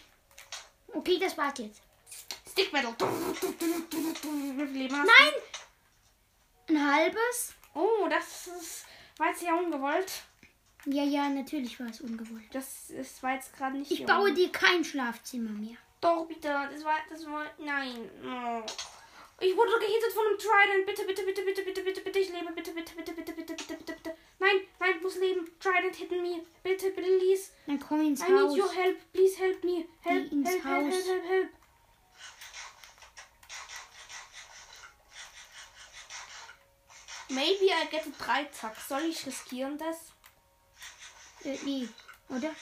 Speaker 1: Okay, das war's jetzt.
Speaker 2: Stick Metal. Wie viel Leben hast du?
Speaker 1: Nein! Ein halbes?
Speaker 2: Oh, das ist, war jetzt ja ungewollt.
Speaker 1: Ja, ja, natürlich war es ungewollt.
Speaker 2: Das ist, war jetzt gerade nicht
Speaker 1: Ich
Speaker 2: hier
Speaker 1: baue
Speaker 2: un-
Speaker 1: dir kein Schlafzimmer mehr.
Speaker 2: Doch, bitte. Das war. Das war. Nein. Oh. Ich wurde gehittet von einem Trident. Bitte, bitte, bitte, bitte, bitte, bitte, bitte. Ich lebe. Bitte, bitte, bitte, bitte, bitte, bitte, bitte, bitte. Nein, nein, ich muss leben. Trident hitten me. Bitte, please.
Speaker 1: Dann komm ins
Speaker 2: I need your
Speaker 1: Haus.
Speaker 2: help. Please help me. Help,
Speaker 1: Geh ins
Speaker 2: help, help,
Speaker 1: Haus.
Speaker 2: help, help, help. Maybe I get a Dreizack. Soll ich riskieren das?
Speaker 1: Äh, nee, oder?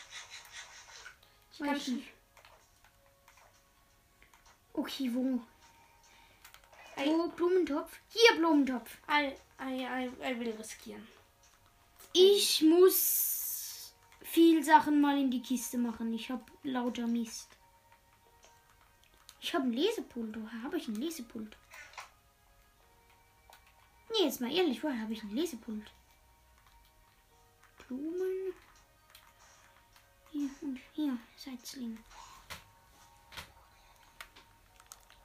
Speaker 2: Ich kann
Speaker 1: Weiß nicht. Okay, wo?
Speaker 2: Ei.
Speaker 1: Wo? Blumentopf? Hier, Blumentopf.
Speaker 2: I, I, I, I will riskieren.
Speaker 1: Ich muss viel Sachen mal in die Kiste machen. Ich habe lauter Mist. Ich habe ein Lesepult. Woher habe ich ein Lesepult? Nee, jetzt mal ehrlich, woher habe ich ein Lesepult? Blumen. Hier und hier, Setzlinge.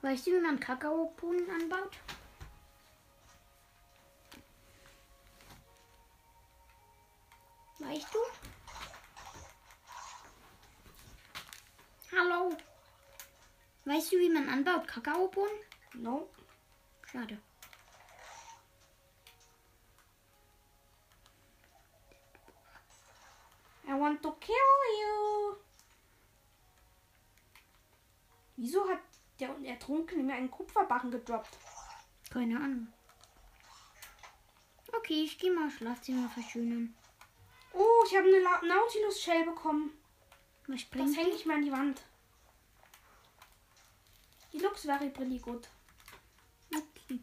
Speaker 1: Weißt du, wie man Kakaobohnen anbaut? Weißt du? Hallo. Weißt du, wie man anbaut Kakaobohnen?
Speaker 2: No.
Speaker 1: Schade.
Speaker 2: I want to kill you. Wieso hat der Ertrunkene mir einen Kupferbarren gedroppt?
Speaker 1: Keine Ahnung. Okay, ich gehe mal Schlafzimmer verschönern.
Speaker 2: Oh, ich habe eine La- Nautilus-Shell bekommen.
Speaker 1: Was
Speaker 2: Das
Speaker 1: bringt
Speaker 2: hänge ich mal an die Wand. Die Lux wäre really gut.
Speaker 1: Okay.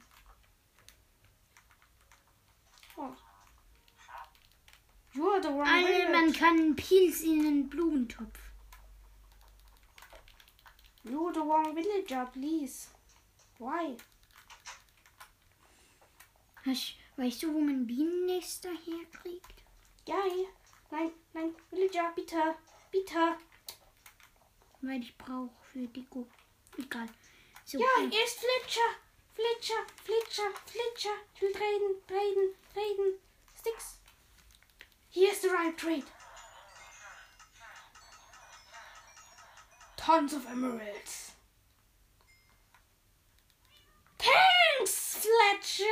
Speaker 2: Oh. You're the one
Speaker 1: Alle, man
Speaker 2: village.
Speaker 1: kann einen Pilz in einen Blumentopf.
Speaker 2: You're the wrong villager, please. Why?
Speaker 1: Hast, weißt du, wo man Bienennester herkriegt?
Speaker 2: Geil. Nein, nein, Villager, bitte. Bitte.
Speaker 1: Weil ich brauche für Deko. Egal. So,
Speaker 2: Ja,
Speaker 1: äh,
Speaker 2: hier ist Flitscher. Flitscher, Flitscher, Flitscher. Ich will reden, reden, reden. Sticks. Hier ist der right trade. Tons of emeralds. Thanks, Fletcher.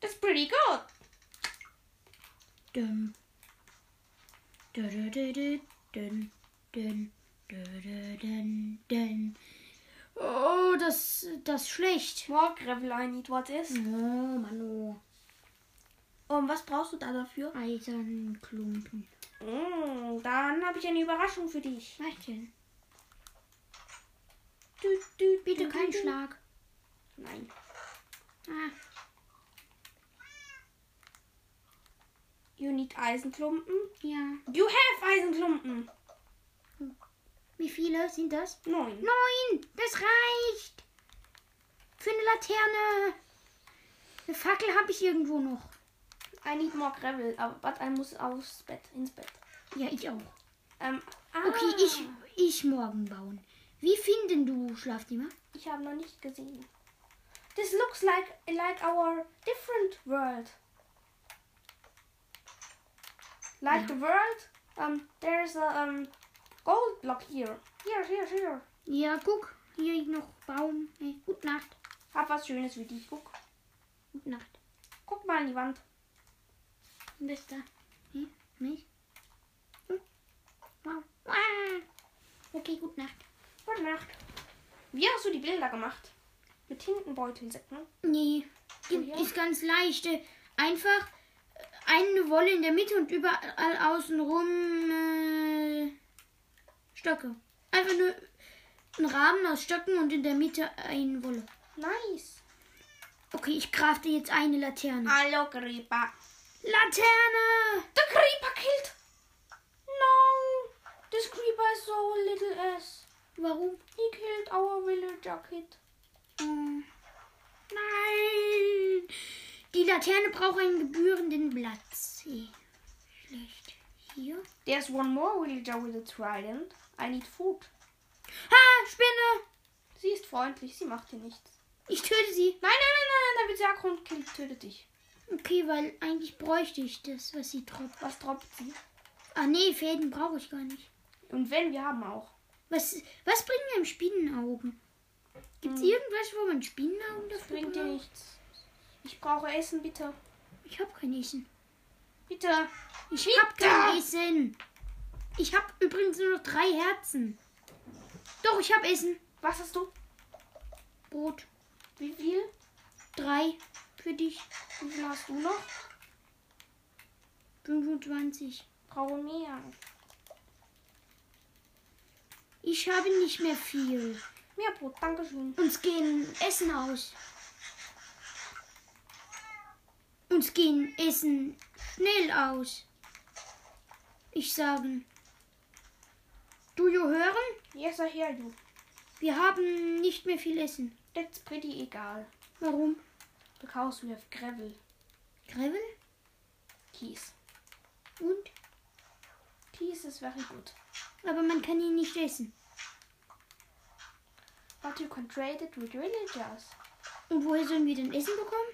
Speaker 2: That's pretty good.
Speaker 1: dünn. Dö, dö, dö, dünn, dünn, dö, dö, dünn, dünn. Oh, das, das ist schlecht.
Speaker 2: More gravel I need what is.
Speaker 1: Oh, Mann, oh.
Speaker 2: Und was brauchst du da dafür?
Speaker 1: Eisernen Klumpen.
Speaker 2: Mm, dann habe ich eine Überraschung für dich.
Speaker 1: Was denn?
Speaker 2: Du, du,
Speaker 1: Bitte
Speaker 2: du,
Speaker 1: kein
Speaker 2: du.
Speaker 1: Schlag.
Speaker 2: Nein.
Speaker 1: Ah,
Speaker 2: You need Eisenklumpen.
Speaker 1: ja.
Speaker 2: You have Eisenklumpen.
Speaker 1: Wie viele sind das?
Speaker 2: Neun.
Speaker 1: Neun! Das reicht! Für eine Laterne! Eine Fackel habe ich irgendwo noch.
Speaker 2: I need more gravel, aber- but I muss aufs Bett, ins Bett.
Speaker 1: Ja, ich auch.
Speaker 2: Ähm, ah,
Speaker 1: Okay, ich, ich morgen bauen. Wie finden du Schlafzimmer?
Speaker 2: Ich habe noch nicht gesehen. This looks like, like our different world. Like the world, um, there's a um, gold block here. Here, here, here.
Speaker 1: Ja, guck. Hier noch Baum. Hey, gute Nacht.
Speaker 2: Hab was Schönes für dich. Guck,
Speaker 1: Gute Nacht.
Speaker 2: guck mal an die Wand.
Speaker 1: Bester. Hey, nicht? Hm? Wow. Ah. Okay, gute Nacht.
Speaker 2: Gute Nacht. Wie hast du die Bilder gemacht? Mit Tintenbeutelsäcken?
Speaker 1: Nee. Gibt,
Speaker 2: ja?
Speaker 1: Ist ganz leicht. äh, Einfach äh, eine Wolle in der Mitte und überall außenrum äh, Stöcke. Einfach nur ein Rahmen aus Stöcken und in der Mitte eine Wolle.
Speaker 2: Nice.
Speaker 1: Okay, ich crafte jetzt eine Laterne.
Speaker 2: Hallo, Creeper.
Speaker 1: Laterne!
Speaker 2: The Creeper killed. No. This Creeper is so little ass.
Speaker 1: Warum?
Speaker 2: He killed our villager kid.
Speaker 1: Äh, Nein! Die Laterne braucht einen gebührenden Platz. Eh, Schlecht. Hier.
Speaker 2: There's one more villager with a trident. I need food.
Speaker 1: Ha! Spinne!
Speaker 2: Sie ist freundlich, sie macht dir nichts.
Speaker 1: Ich töte sie.
Speaker 2: Nein, nein, nein, nein, nein, da wird sie aggro und killt, tötet dich.
Speaker 1: Okay, weil eigentlich bräuchte ich das, was sie droppt.
Speaker 2: Was droppt sie?
Speaker 1: Ah nee, Fäden brauche ich gar nicht.
Speaker 2: Und wenn, wir haben auch.
Speaker 1: Was, was bringen einem Spinnenaugen? Gibt es
Speaker 2: Hm.
Speaker 1: irgendwas, wo man Spinnenaugen
Speaker 2: Das
Speaker 1: dafür
Speaker 2: bringt dir
Speaker 1: braucht?
Speaker 2: nichts. Ich brauche Essen, bitte.
Speaker 1: Ich habe kein Essen.
Speaker 2: Bitte.
Speaker 1: Ich habe kein Essen. Ich habe übrigens nur noch drei Herzen. Doch, ich habe Essen.
Speaker 2: Was hast du?
Speaker 1: Brot.
Speaker 2: Wie viel?
Speaker 1: Drei für dich.
Speaker 2: Wie viel hast du noch?
Speaker 1: 25.
Speaker 2: Brauche mehr.
Speaker 1: Ich habe nicht mehr viel.
Speaker 2: Mehr Brot, Dankeschön.
Speaker 1: Uns gehen Essen aus. Uns gehen Essen schnell aus. Ich sagen. Du jo hören?
Speaker 2: Yes, I hear you.
Speaker 1: Wir haben nicht mehr viel Essen.
Speaker 2: That's pretty egal.
Speaker 1: Warum?
Speaker 2: Because we have gravel
Speaker 1: Gravel?
Speaker 2: keys.
Speaker 1: Und?
Speaker 2: Keys is very good.
Speaker 1: Aber man kann ihn nicht essen.
Speaker 2: But you can trade it with villagers.
Speaker 1: Und woher sollen wir denn Essen bekommen?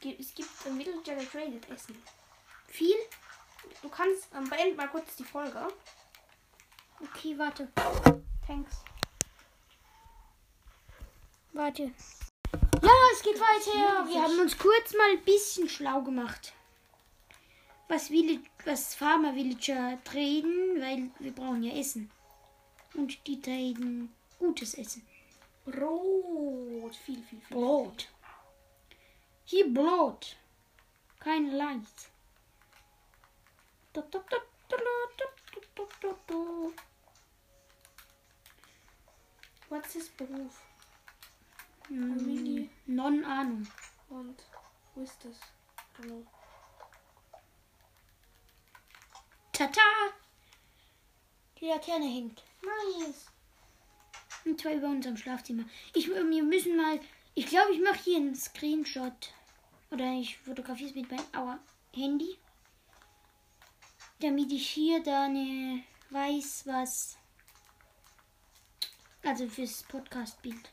Speaker 2: Ge- Es gibt im Villager, der tradet Essen.
Speaker 1: Viel?
Speaker 2: Du kannst, ähm, beend mal kurz die Folge.
Speaker 1: Okay, warte.
Speaker 2: Thanks.
Speaker 1: Warte. Ja, es geht weiter. Wir haben uns kurz mal ein bisschen schlau gemacht. Was, Villi- was Farmer Villager traden, weil wir brauchen ja Essen. Und die traden gutes Essen.
Speaker 2: Brot. Viel, viel, viel.
Speaker 1: Brot. Hier Brot. Kein Leid. Du, du, du, du, du, du, du, du, du.
Speaker 2: What's his Beruf?
Speaker 1: Hm,
Speaker 2: Familie.
Speaker 1: Non Ahnung.
Speaker 2: Und wo ist das? Hallo.
Speaker 1: Tata! Die Laterne hängt.
Speaker 2: Nice.
Speaker 1: Und zwar über unserem Schlafzimmer. Ich, äh, wir müssen mal. Ich glaube, ich mache hier einen Screenshot. Oder ich fotografiere es mit meinem Aua, Handy. Damit ich hier dann äh, weiß, was. Also fürs Podcast-Bild.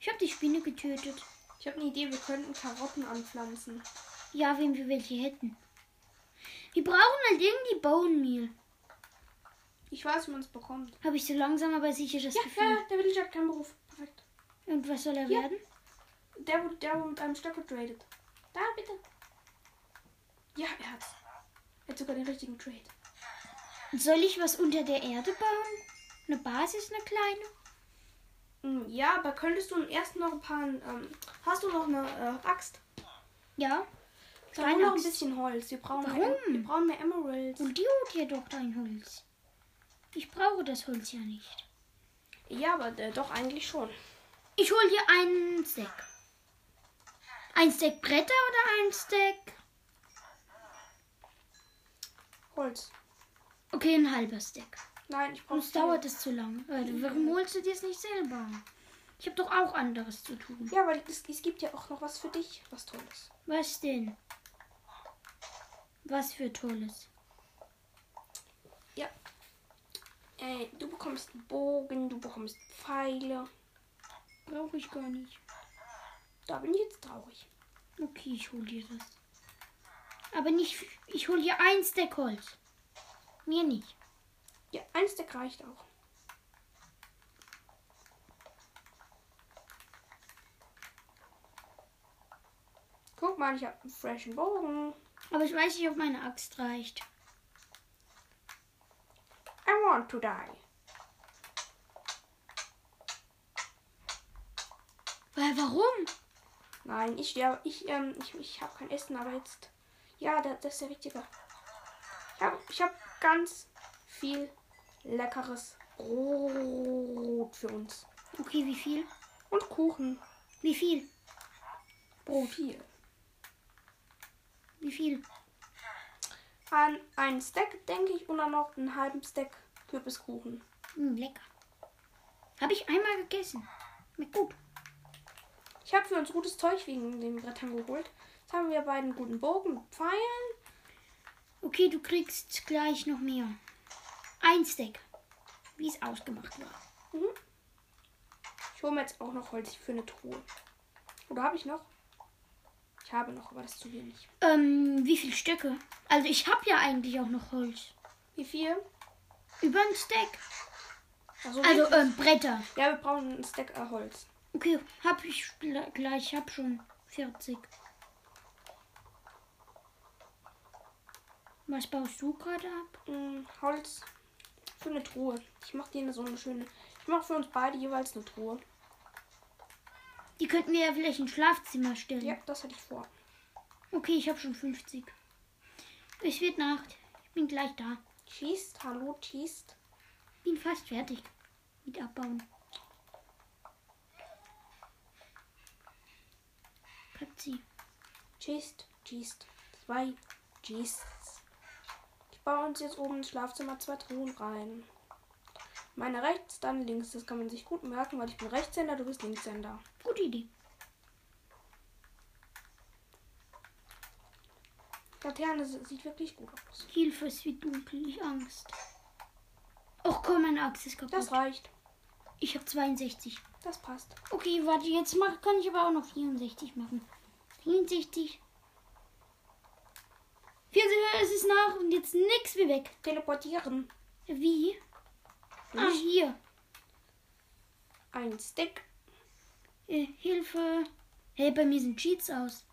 Speaker 1: Ich habe die Spinne getötet.
Speaker 2: Ich habe eine Idee, wir könnten Karotten anpflanzen.
Speaker 1: Ja, wenn wir welche hätten. Wir brauchen halt irgendwie Bone Meal.
Speaker 2: Ich weiß, wie man es bekommt.
Speaker 1: Habe ich so langsam aber sicher das
Speaker 2: Ja,
Speaker 1: Gefühl.
Speaker 2: ja, der Villager hat keinen Beruf. Perfekt.
Speaker 1: Und was soll er
Speaker 2: Ja.
Speaker 1: werden?
Speaker 2: Der, wo- der wo mit einem Stock getradet. Da, bitte. Ja, er hat's. Er hat sogar den richtigen Trade.
Speaker 1: Soll ich was unter der Erde bauen? Eine Basis, eine kleine?
Speaker 2: Hm, Ja, aber könntest du im ersten noch ein paar... Ähm, hast du noch eine äh, Axt?
Speaker 1: Ja.
Speaker 2: Da haben wir noch ein
Speaker 1: Axt.
Speaker 2: bisschen Holz. Wir brauchen,
Speaker 1: Warum?
Speaker 2: Mehr, Em- wir brauchen mehr Emeralds.
Speaker 1: Und die holt hier doch dein Holz. Ich brauche das Holz ja nicht.
Speaker 2: Ja, aber äh, doch eigentlich schon.
Speaker 1: Ich hole dir einen Stack. Ein Stack Bretter oder ein Stack?
Speaker 2: Holz.
Speaker 1: Okay, ein halber Stack.
Speaker 2: Nein, ich brauche...
Speaker 1: Sonst dauert es zu lange. Äh, warum holst du dir es nicht selber? Ich habe doch auch anderes zu tun.
Speaker 2: Ja, aber es, es gibt ja auch noch was für dich, was Tolles.
Speaker 1: Was denn? Was für Tolles.
Speaker 2: Äh, du bekommst einen Bogen, du bekommst Pfeile.
Speaker 1: Brauche ich gar nicht.
Speaker 2: Da bin ich jetzt traurig.
Speaker 1: Okay, ich hol dir das. Aber nicht. Ich hol dir ein Stack Holz. Mir nicht.
Speaker 2: Ja, eins der reicht auch. Guck mal, ich habe einen freshen Bogen.
Speaker 1: Aber ich weiß nicht, ob meine Axt reicht.
Speaker 2: I want to die.
Speaker 1: Weil warum?
Speaker 2: Nein, ich sterbe. Ich, ähm, ich, ich habe kein Essen, aber jetzt. Ja, da, das ist der Richtige. Ich habe ich hab ganz viel leckeres Brot für uns.
Speaker 1: Okay, wie viel?
Speaker 2: Und Kuchen.
Speaker 1: Wie viel?
Speaker 2: Brot. Viel.
Speaker 1: Wie viel?
Speaker 2: An einen Stack, denke ich, und dann noch einen halben Stack Kürbiskuchen.
Speaker 1: Hm, lecker. Habe ich einmal gegessen. Schmeckt gut.
Speaker 2: Ich habe für uns gutes Zeug wegen dem Brettern geholt. Jetzt haben wir beiden guten Bogen mit Pfeilen.
Speaker 1: Okay, du kriegst gleich noch mehr. Ein Stack. Wie es ausgemacht war.
Speaker 2: Mhm. Ich hole mir jetzt auch noch Holz für eine Truhe. Oder habe ich noch? Ich habe noch, aber das ist zu wenig.
Speaker 1: Ähm, wie viel Stöcke? Also ich habe ja eigentlich auch noch Holz.
Speaker 2: Wie viel?
Speaker 1: Über ein Stack.
Speaker 2: Also,
Speaker 1: Also ähm, Bretter.
Speaker 2: ja, wir brauchen einen Stack äh, Holz.
Speaker 1: Okay, hab ich gl- gleich, hab schon 40. Was baust du gerade ab?
Speaker 2: Mm, Holz für eine Truhe. Ich mache dir so eine schöne. Ich mache für uns beide jeweils eine Truhe.
Speaker 1: Die könnten wir ja vielleicht ins Schlafzimmer stellen.
Speaker 2: Ja, das hatte ich vor.
Speaker 1: Okay, ich hab schon 50. Es wird Nacht. Ich bin gleich da.
Speaker 2: Schießt, hallo, schießt.
Speaker 1: Bin fast fertig mit Abbauen. Katzi.
Speaker 2: Schießt, schießt. Zwei, schießt. Ich baue uns jetzt oben ins Schlafzimmer zwei Truhen rein. Meine rechts, dann links. Das kann man sich gut merken, weil ich bin Rechtshänder, du bist Linkshänder.
Speaker 1: Gute Idee.
Speaker 2: Laterne sie- sieht wirklich gut aus.
Speaker 1: Hilfe, es wird dunkel. Ich Angst. Och komm, meine Axt ist kaputt.
Speaker 2: Das reicht.
Speaker 1: ich hab 62.
Speaker 2: Das passt.
Speaker 1: Okay, warte, jetzt mach, kann ich aber auch noch 64 machen. 64. 64, es ist nach und jetzt nix wie weg.
Speaker 2: Teleportieren.
Speaker 1: Wie? Ah,
Speaker 2: Nicht
Speaker 1: hier.
Speaker 2: ein Stick.
Speaker 1: Äh, Hilfe. Hey, bei mir sind Cheats aus.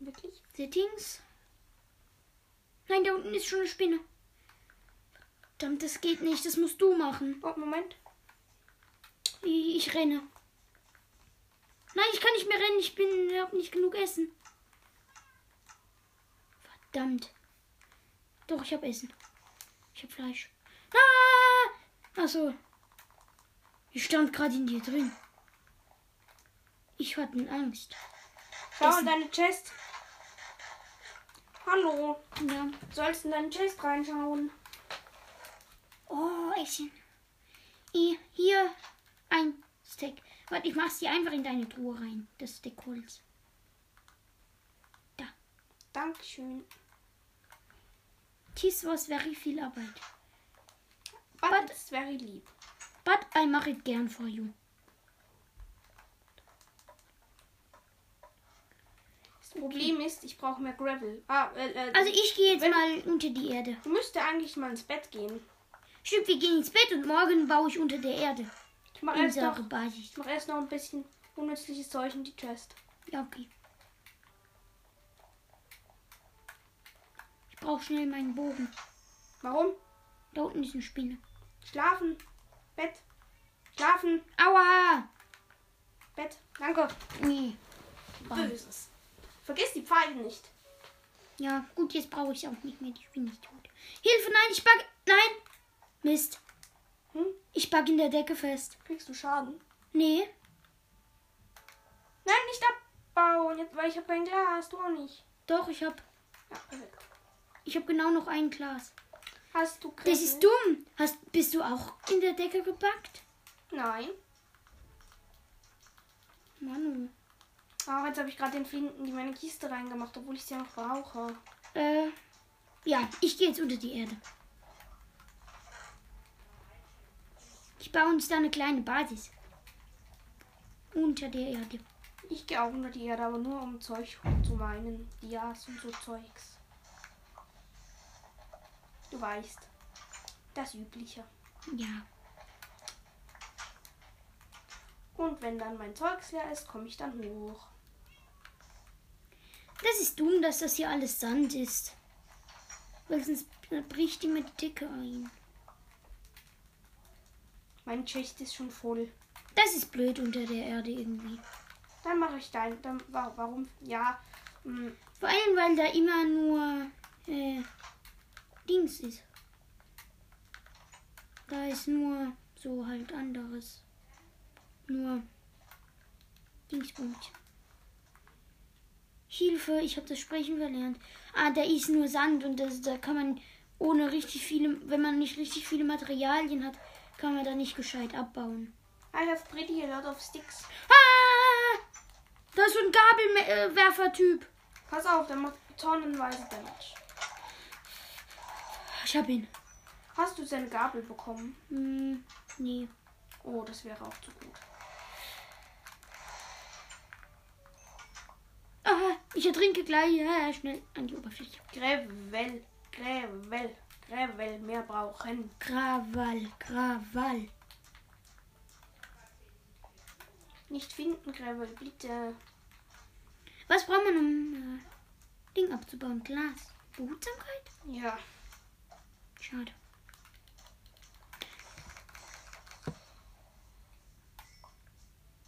Speaker 2: Wirklich?
Speaker 1: Settings. Nein, da unten ist schon eine Spinne. Verdammt, das geht nicht. Das musst du machen.
Speaker 2: Oh, Moment.
Speaker 1: Ich, ich renne. Nein, ich kann nicht mehr rennen. Ich bin, hab nicht genug Essen. Verdammt. Doch, ich habe Essen. Ich habe Fleisch. Ah! Achso. Ich stand gerade in dir drin. Ich hatte Angst.
Speaker 2: Schau
Speaker 1: Das-
Speaker 2: in deine Chest. Hallo.
Speaker 1: Ja.
Speaker 2: Du sollst in deine Chest reinschauen.
Speaker 1: Oh, Essen. I- Hier ein Stack. Warte, ich mach's dir einfach in deine Truhe rein. Das Stack Holz.
Speaker 2: Dankeschön.
Speaker 1: This was very viel Arbeit.
Speaker 2: But,
Speaker 1: But-
Speaker 2: it's very lieb.
Speaker 1: But I mach it gern for you.
Speaker 2: Das Problem ist, ich brauche mehr Gravel. Ah, äh, äh,
Speaker 1: Also ich gehe jetzt
Speaker 2: Wenn-
Speaker 1: mal unter die Erde.
Speaker 2: du müsstest eigentlich mal ins Bett gehen.
Speaker 1: Stimmt, wir gehen ins Bett und morgen baue ich unter der Erde.
Speaker 2: Ich mache erst,
Speaker 1: Unsere
Speaker 2: noch-
Speaker 1: Basis.
Speaker 2: ich mach erst noch ein bisschen unnützliches Zeug in die Chest.
Speaker 1: Ja, okay. Ich brauche schnell meinen Bogen.
Speaker 2: Warum?
Speaker 1: Da unten ist eine Spinne.
Speaker 2: Schlafen. Bett. Schlafen.
Speaker 1: Aua!
Speaker 2: Bett. Danke.
Speaker 1: Nee. Bam.
Speaker 2: Böses. Vergiss die Pfeile nicht.
Speaker 1: Ja, gut, jetzt brauche ich es auch nicht mehr. Ich bin nicht tot. Hilfe, nein, ich bug. Nein! Mist.
Speaker 2: Hm?
Speaker 1: Ich bug in der Decke fest.
Speaker 2: Kriegst du Schaden?
Speaker 1: Nee.
Speaker 2: Nein, nicht abbauen, jetzt, weil ich habe kein Glas, du auch nicht.
Speaker 1: Doch, ich habe
Speaker 2: Ja, perfekt.
Speaker 1: ich hab genau noch ein Glas.
Speaker 2: Hast du Kribbel?
Speaker 1: Das ist dumm. Hast, bist du auch in der Decke gepackt?
Speaker 2: Nein.
Speaker 1: Manu.
Speaker 2: Aber Ah, jetzt habe ich gerade den Flinten in meine Kiste reingemacht, obwohl ich sie ja noch brauche.
Speaker 1: Äh, ja, ich gehe jetzt unter die Erde. Ich baue uns da eine kleine Basis. Unter der Erde.
Speaker 2: Ich gehe auch unter die Erde, aber nur um Zeug zu meinen. Dias und so Zeugs. Du weißt. Das Übliche.
Speaker 1: Ja.
Speaker 2: Und wenn dann mein Zeugs leer ist, komme ich dann hoch.
Speaker 1: Das ist dumm, dass das hier alles Sand ist. Weil sonst bricht die mit Dicke ein.
Speaker 2: Mein Schicht ist schon voll.
Speaker 1: Das ist blöd unter der Erde irgendwie.
Speaker 2: Dann mache ich dein. Dann, wa- warum? Ja. mm,
Speaker 1: Vor allem, weil da immer nur äh, Dings ist. Da ist nur so halt anderes. Nur Dingspunkt. Hilfe, ich habe das Sprechen verlernt. Ah, da ist nur Sand und das, da kann man ohne richtig viele, wenn man nicht richtig viele Materialien hat, kann man da nicht gescheit abbauen.
Speaker 2: I have pretty a lot of sticks.
Speaker 1: Ah! Da ist so ein äh, Gabelwerfer-Typ.
Speaker 2: Pass auf, der macht tonnenweise Damage.
Speaker 1: Ich hab ihn.
Speaker 2: Hast du seine Gabel bekommen?
Speaker 1: Hm, nee.
Speaker 2: Oh, das wäre auch zu gut.
Speaker 1: Ah, ich ertrinke gleich. Ja, ja, schnell an die Oberfläche.
Speaker 2: Grevel, Grevel, Grevel, mehr brauchen.
Speaker 1: Krawall, Krawall.
Speaker 2: Nicht finden, Grevel, bitte.
Speaker 1: Was braucht man, um äh, Ding abzubauen? Glas. Behutsamkeit?
Speaker 2: Ja.
Speaker 1: Schade.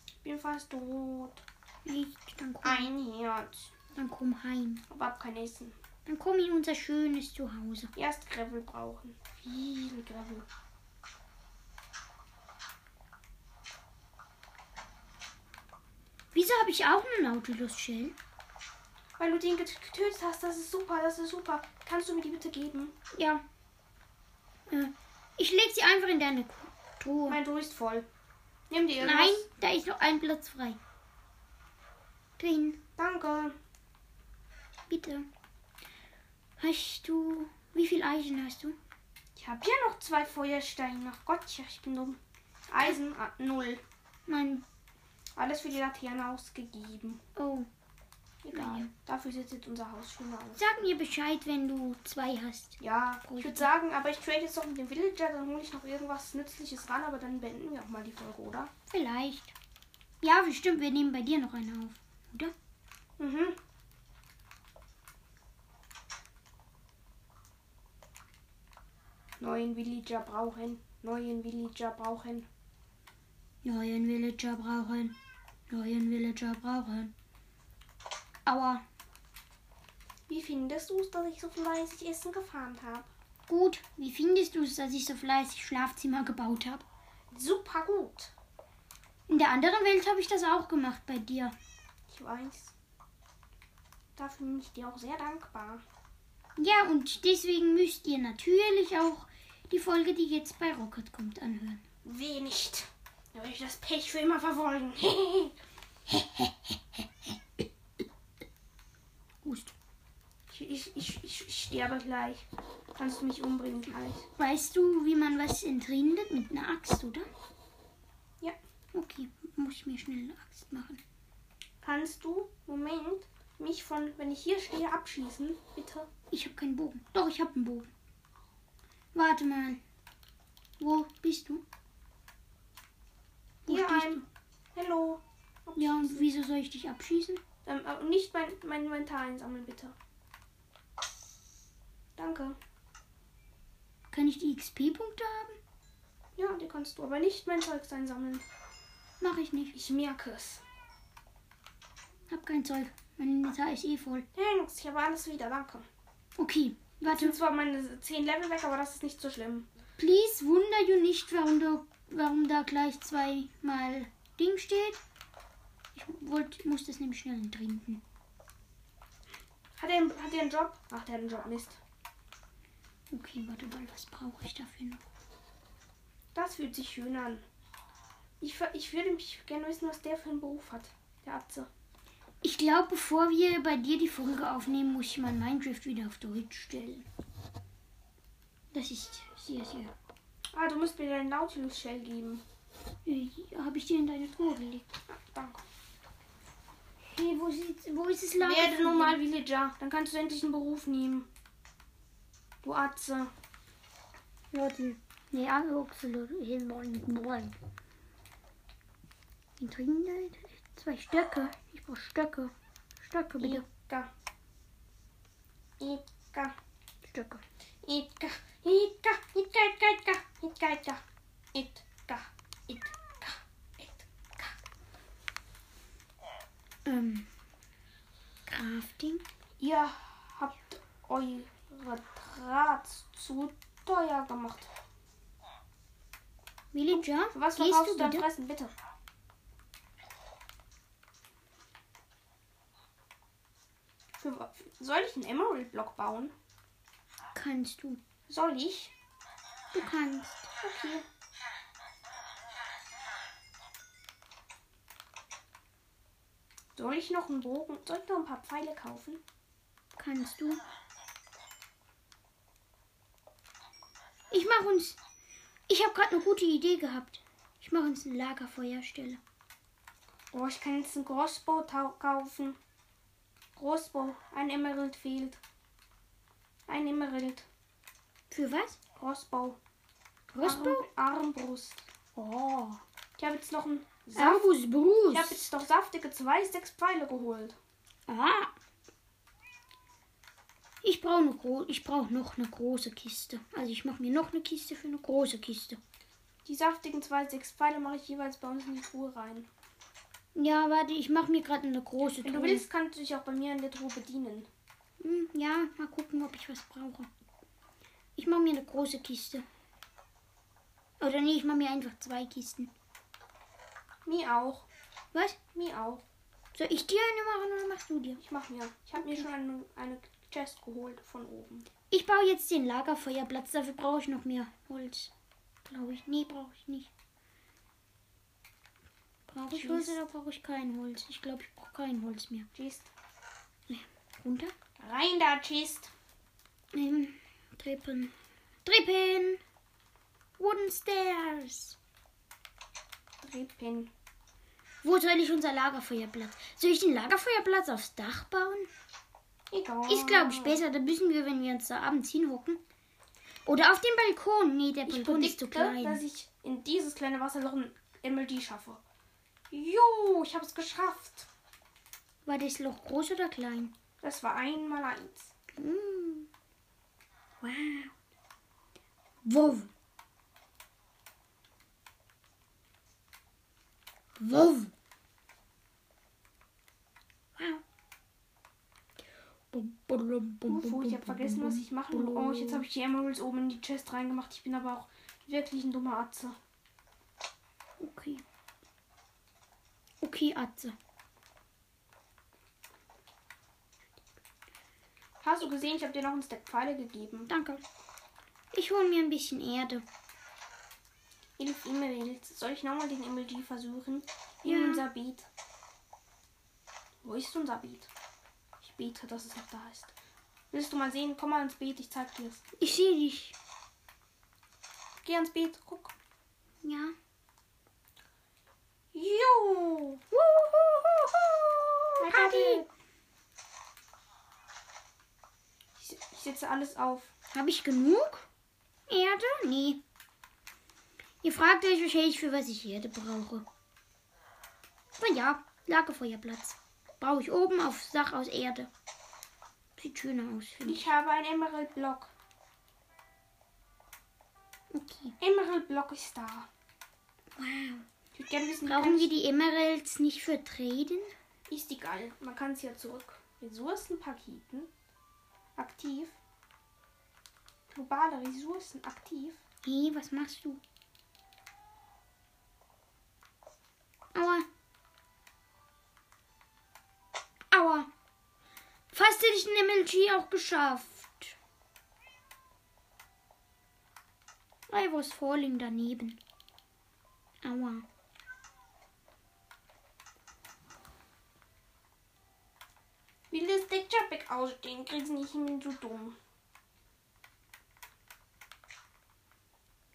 Speaker 2: Ich bin fast tot.
Speaker 1: Ich, dann komm,
Speaker 2: Ein Herz.
Speaker 1: dann komm heim.
Speaker 2: Aber hab kein Essen.
Speaker 1: Dann komm in unser schönes Zuhause.
Speaker 2: Erst Grevel brauchen. Viel Grevel.
Speaker 1: Wieso habe ich auch eine Nautilus-Shell?
Speaker 2: Weil du den get- getötet hast, das ist super, das ist super. Kannst du mir die bitte geben?
Speaker 1: Ja. Äh, ich leg sie einfach in deine Truhe.
Speaker 2: Mein Du ist voll. Nimm dir irgendwas.
Speaker 1: Nein, da ist noch ein Platz frei. Drin.
Speaker 2: Danke.
Speaker 1: Bitte. Hast du. Wie viel Eisen hast du?
Speaker 2: Ich habe ja noch zwei Feuersteine. Ach Gott, ja, ich bin dumm. Eisen, ah, null.
Speaker 1: Nein.
Speaker 2: Alles für die Laterne ausgegeben.
Speaker 1: Oh.
Speaker 2: Egal.
Speaker 1: Ja.
Speaker 2: Dafür sieht jetzt unser Haus schön aus.
Speaker 1: Sag mir Bescheid, wenn du zwei hast.
Speaker 2: Ja, ich würde sagen, aber ich trade jetzt noch mit dem Villager, dann hole ich noch irgendwas Nützliches ran, aber dann beenden wir auch mal die Folge, oder?
Speaker 1: Vielleicht. Ja, bestimmt, wir nehmen bei dir noch eine auf. Oder?
Speaker 2: Mhm. Neuen Villager brauchen. Neuen Villager brauchen.
Speaker 1: Neuen Villager brauchen. Neuen Villager brauchen. Aua.
Speaker 2: Wie findest du es, dass ich so fleißig Essen gefarmt habe?
Speaker 1: Gut, wie findest du es, dass ich so fleißig Schlafzimmer gebaut habe?
Speaker 2: Super gut.
Speaker 1: In der anderen Welt habe ich das auch gemacht bei dir.
Speaker 2: Ich weiß. Dafür bin ich dir auch sehr dankbar.
Speaker 1: Ja, und deswegen müsst ihr natürlich auch die Folge, die jetzt bei Rocket kommt, anhören.
Speaker 2: Weh nicht. Dann werde ich das Pech für immer verfolgen.
Speaker 1: Hust.
Speaker 2: ich, ich, ich, ich, ich sterbe gleich. Kannst du mich umbringen gleich?
Speaker 1: Weißt du, wie man was entrindet mit einer Axt, oder?
Speaker 2: Ja.
Speaker 1: Okay, muss ich mir schnell eine Axt machen.
Speaker 2: Kannst du, Moment, mich von, wenn ich hier stehe, abschießen? Bitte.
Speaker 1: Ich habe keinen Bogen. Doch, ich habe einen Bogen. Warte mal. Wo bist du? Wo
Speaker 2: Hier
Speaker 1: stehst
Speaker 2: ein. Hallo.
Speaker 1: du? Ja, und wieso soll ich dich abschießen?
Speaker 2: Ähm, äh, nicht mein, mein Inventar einsammeln, bitte. Danke.
Speaker 1: Kann ich die XP-Punkte haben?
Speaker 2: Ja, die kannst du aber nicht mein Zeugs einsammeln.
Speaker 1: Mache ich nicht.
Speaker 2: Ich merke es.
Speaker 1: Hab kein Zeug. Mein Inventar ist eh voll.
Speaker 2: Thanks, ich habe alles wieder, danke.
Speaker 1: Okay,
Speaker 2: Das
Speaker 1: warte.
Speaker 2: sind zwar meine 10 Level weg, aber das ist nicht so schlimm.
Speaker 1: Please wunder you nicht, warum da, warum da gleich zweimal Ding steht. Ich wollt, muss das nämlich schnell trinken.
Speaker 2: Hat er, hat er einen Job? Ach, der hat einen Job, Mist.
Speaker 1: Okay, warte mal, was brauche ich dafür noch?
Speaker 2: Das fühlt sich schön an. Ich, ver- ich würde mich gerne wissen, was der für einen Beruf hat, der Atze.
Speaker 1: Ich glaube, bevor wir bei dir die Folge aufnehmen, muss ich mein Minecraft wieder auf Deutsch stellen. Das ist sehr, sehr.
Speaker 2: Ah, du musst mir deinen Nautilus-Shell geben.
Speaker 1: Äh, Habe ich dir in deine Truhe gelegt.
Speaker 2: Ah, danke.
Speaker 1: Hey, wo ist, wo ist das Lager?
Speaker 2: Werde nun mal Villager. Dann kannst du endlich einen Beruf nehmen. Du Atze.
Speaker 1: Leute. Nee, Axolotl. Hier morgen. Morgen. Die trinken da zwei Stöcke. Ich brauche Stöcke. Stöcke, bitte.
Speaker 2: Ika. Ika.
Speaker 1: Stöcke.
Speaker 2: Itka, itka, itka, itka, itka, itka, itka, itka, itka, itka,
Speaker 1: Ähm. Crafting.
Speaker 2: Ihr habt eure Drahts zu teuer gemacht.
Speaker 1: Villager,
Speaker 2: Für was
Speaker 1: gehst
Speaker 2: verkaufst du
Speaker 1: Oh, du
Speaker 2: dein
Speaker 1: bitte?
Speaker 2: Fressen, bitte? Für, wa- soll ich einen Emerald-Block bauen?
Speaker 1: Kannst du.
Speaker 2: Soll ich?
Speaker 1: Du kannst.
Speaker 2: Okay. Soll ich noch einen Bogen? Soll ich noch ein paar Pfeile kaufen?
Speaker 1: Kannst du. Ich mache uns. Ich habe gerade eine gute Idee gehabt. Ich mache uns ein Lagerfeuerstelle.
Speaker 2: Oh, ich kann jetzt einen Crossbow tau- kaufen. Crossbow. Ein Emerald fehlt. Ein Emerald.
Speaker 1: Für was?
Speaker 2: Crossbow.
Speaker 1: Crossbow?
Speaker 2: Arm, Armbrust.
Speaker 1: Oh.
Speaker 2: Ich habe jetzt noch einen Saft.
Speaker 1: Servus,
Speaker 2: Ich habe
Speaker 1: Bruce.
Speaker 2: jetzt noch saftige zwei, sechs Pfeile geholt.
Speaker 1: Ah. Ich brauche eine gro ich brauch noch eine große Kiste. Also ich mache mir noch eine Kiste für eine große Kiste.
Speaker 2: Die saftigen zwei, sechs Pfeile mache ich jeweils bei uns in die Truhe rein.
Speaker 1: Ja, warte, ich mache mir gerade eine große
Speaker 2: Wenn du
Speaker 1: Truhe.
Speaker 2: willst, kannst du dich auch bei mir in der Truhe bedienen.
Speaker 1: Hm, ja, mal gucken, ob ich was brauche. Ich mache mir eine große Kiste. Oder nee, ich mache mir einfach zwei Kisten.
Speaker 2: Mir auch.
Speaker 1: Was?
Speaker 2: Mir auch.
Speaker 1: Soll ich dir eine machen oder machst du dir?
Speaker 2: Ich mach mir. Ich habe mir schon eine, eine Chest geholt von oben.
Speaker 1: Ich baue jetzt den Lagerfeuerplatz. Dafür brauche ich noch mehr Holz. Glaube ich. Nee, brauche ich nicht. Brauche ich Holz oder brauche ich kein Holz? Ich glaube, ich brauche kein Holz mehr.
Speaker 2: Chest.
Speaker 1: Runter.
Speaker 2: Rein da, Chest.
Speaker 1: Ähm, Treppen. Treppen! Wooden Stairs!
Speaker 2: Treppen.
Speaker 1: Wo soll ich unser Lagerfeuerplatz? Soll ich den Lagerfeuerplatz aufs Dach bauen?
Speaker 2: Egal.
Speaker 1: Ist, glaube ich, besser. Da müssen wir, wenn wir uns da abends hinhocken. Oder auf den Balkon. Nee, der
Speaker 2: Ich
Speaker 1: Balkon ist zu
Speaker 2: predikte, dass
Speaker 1: klein.
Speaker 2: ich in dieses kleine Wasserloch ein MLD schaffe. Jo, ich habe es geschafft.
Speaker 1: War das Loch groß oder klein?
Speaker 2: Das war einmal eins.
Speaker 1: Mm. Wow. Wow. Wow. Wow. Bum, bum, bum,
Speaker 2: Ufo, ich habe vergessen, was ich machen wollte. Oh, jetzt habe ich die Emeralds oben in die Chest reingemacht. Ich bin aber auch wirklich ein dummer Atze.
Speaker 1: Okay. Okay, Atze.
Speaker 2: Hast du gesehen, ich habe dir noch einen Stack Pfeile gegeben.
Speaker 1: Danke. Ich hole mir ein bisschen Erde.
Speaker 2: Elf E-Mails. Soll ich nochmal den Emoji versuchen?
Speaker 1: Ja.
Speaker 2: In unser Beet. Wo ist unser Beet? Ich bete, dass es noch da ist. Willst du mal sehen? Komm mal ins Beet, ich zeig dir's.
Speaker 1: Ich sehe dich.
Speaker 2: Geh ans Beet, guck.
Speaker 1: Ja.
Speaker 2: Jo!
Speaker 1: Wuhuhuhu. Party.
Speaker 2: Ich, ich setze alles auf.
Speaker 1: Habe ich genug? Erde? Nee. Ihr fragt euch wahrscheinlich, für was ich Erde brauche. Aber ja, Lagerfeuerplatz. Brauche ich oben auf Sach aus Erde. Sieht schöner aus, finde ich.
Speaker 2: Ich habe einen Emerald Block.
Speaker 1: Okay.
Speaker 2: Emerald Block ist da.
Speaker 1: Wow.
Speaker 2: Ich würde gerne wissen, wie kann
Speaker 1: Brauchen
Speaker 2: ich,
Speaker 1: wir die Emeralds nicht für Traden?
Speaker 2: ist die geil. Man kann es ja zurück. Ressourcenpaketen. Aktiv. Globale Ressourcen aktiv.
Speaker 1: Nee, was machst du? Aua. Aua. Fast hätte ich den MLG auch geschafft. I was falling daneben. Aua.
Speaker 2: Will das Deckjabback ausstehen, krieg's nicht hin, bin so dumm.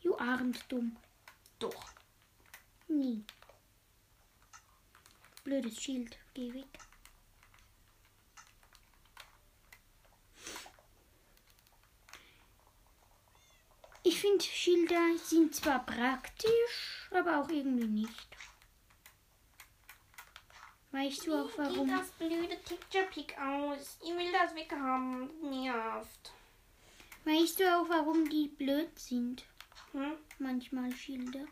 Speaker 1: You aren't dumm.
Speaker 2: Doch.
Speaker 1: Nie. Blödes Schild. Geh weg. Ich finde, Schilder sind zwar praktisch, aber auch irgendwie nicht. Weißt du auch warum?
Speaker 2: Geht das blöde Deckjabback aus? Ich will das weghaben. Nervt.
Speaker 1: Weißt du auch warum die blöd sind?
Speaker 2: Hm?
Speaker 1: Manchmal Schilder.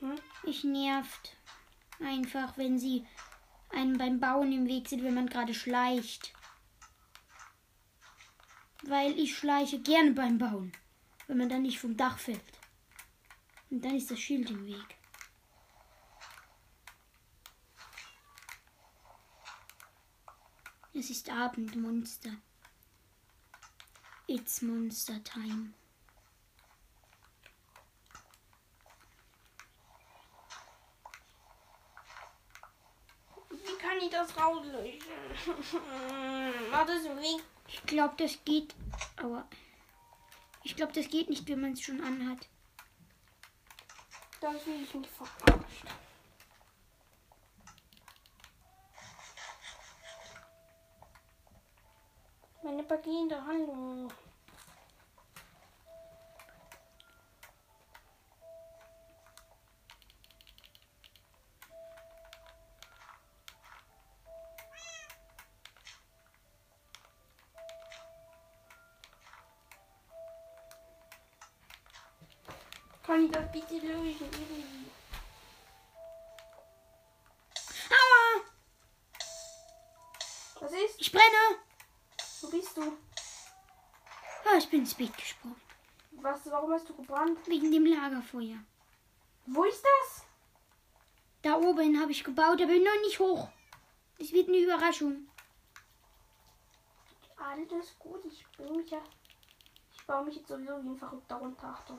Speaker 2: Hm?
Speaker 1: Ich nervt. Einfach, wenn sie einem beim Bauen im Weg sind, wenn man gerade schleicht. Weil ich schleiche gerne beim Bauen, wenn man dann nicht vom Dach fällt. Und dann ist das Schild im Weg. Es ist Abend, Monster. It's Monster Time.
Speaker 2: Wie kann ich das rauslöschen? Mach das weg.
Speaker 1: Ich glaube, das geht. Aber ich glaube, das geht nicht, wenn man es schon anhat.
Speaker 2: Das will ich nicht verarscht. Meine Pakete, hallo. Kann ich das bitte lösen? irgendwie?
Speaker 1: Aua!
Speaker 2: Was ist?
Speaker 1: Ich brenne!
Speaker 2: Wo bist du?
Speaker 1: Ah, ich bin ins Bett gesprungen.
Speaker 2: Was, warum hast du gebrannt?
Speaker 1: Wegen dem Lagerfeuer.
Speaker 2: Wo ist das?
Speaker 1: Da oben habe ich gebaut, aber noch nicht hoch. Das wird eine Überraschung.
Speaker 2: Alles gut, ich bin mich ja. Ich baue mich jetzt sowieso wie ein Verrückter runter. Achtung.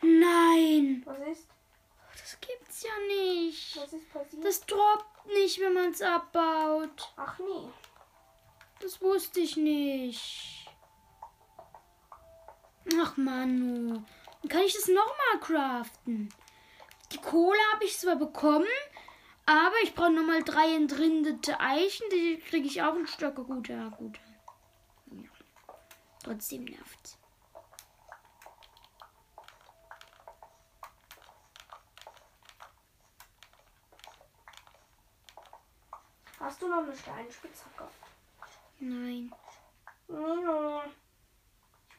Speaker 1: Nein!
Speaker 2: Was ist?
Speaker 1: Das gibt's ja nicht.
Speaker 2: Was ist passiert?
Speaker 1: Das droppt nicht, wenn man es abbaut.
Speaker 2: Ach nee.
Speaker 1: Das wusste ich nicht. Ach Manu. Dann kann ich das nochmal craften. Die Kohle habe ich zwar bekommen, aber ich brauche nochmal drei entrindete Eichen. Die kriege ich auch in Stöcke. Gut, ja, gut. Ja. Trotzdem nervt.
Speaker 2: Hast du noch eine Steinspitzhacke?
Speaker 1: Nein.
Speaker 2: Nino.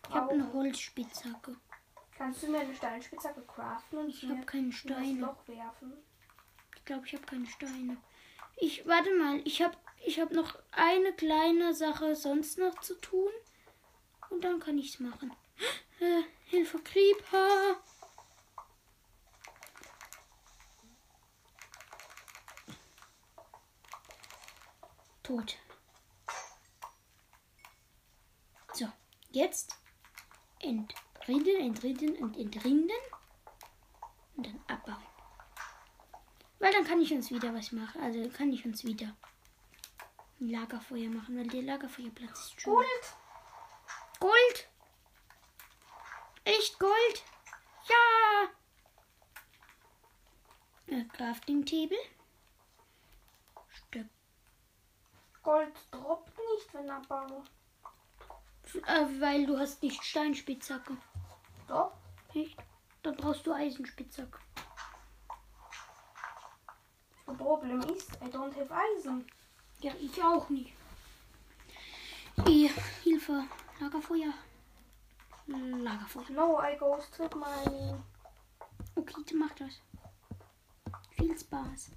Speaker 1: Ich habe eine Holzspitzhacke.
Speaker 2: Ich Kannst du mir eine Steinspitzhacke craften und
Speaker 1: Ich
Speaker 2: mir
Speaker 1: habe keinen
Speaker 2: in das
Speaker 1: Stein.
Speaker 2: Loch werfen?
Speaker 1: Ich glaube, ich habe keine Steine. Ich warte mal, ich habe ich hab noch eine kleine Sache sonst noch zu tun und dann kann ich's machen. Äh, Hilfe, Creeper! Tot. So, jetzt entrinden, entrinden und entrinden und dann abbauen. Weil dann kann ich uns wieder was machen. Also kann ich uns wieder ein Lagerfeuer machen, weil der Lagerfeuerplatz ist schön.
Speaker 2: Gold!
Speaker 1: Gold! Echt Gold? Ja! Äh, Crafting Table. Stöck.
Speaker 2: Gold droppt nicht, wenn er baue.
Speaker 1: Äh, weil du hast nicht Steinspitzhacke.
Speaker 2: Doch?
Speaker 1: Nicht? Dann brauchst du Eisenspitzhacke.
Speaker 2: The problem is, I don't have Eisen.
Speaker 1: Ja, ich auch nicht. Eh, Hilfe. Lagerfeuer. Lagerfeuer.
Speaker 2: No, I go strip mining.
Speaker 1: Okay, du mach das. Viel Spaß.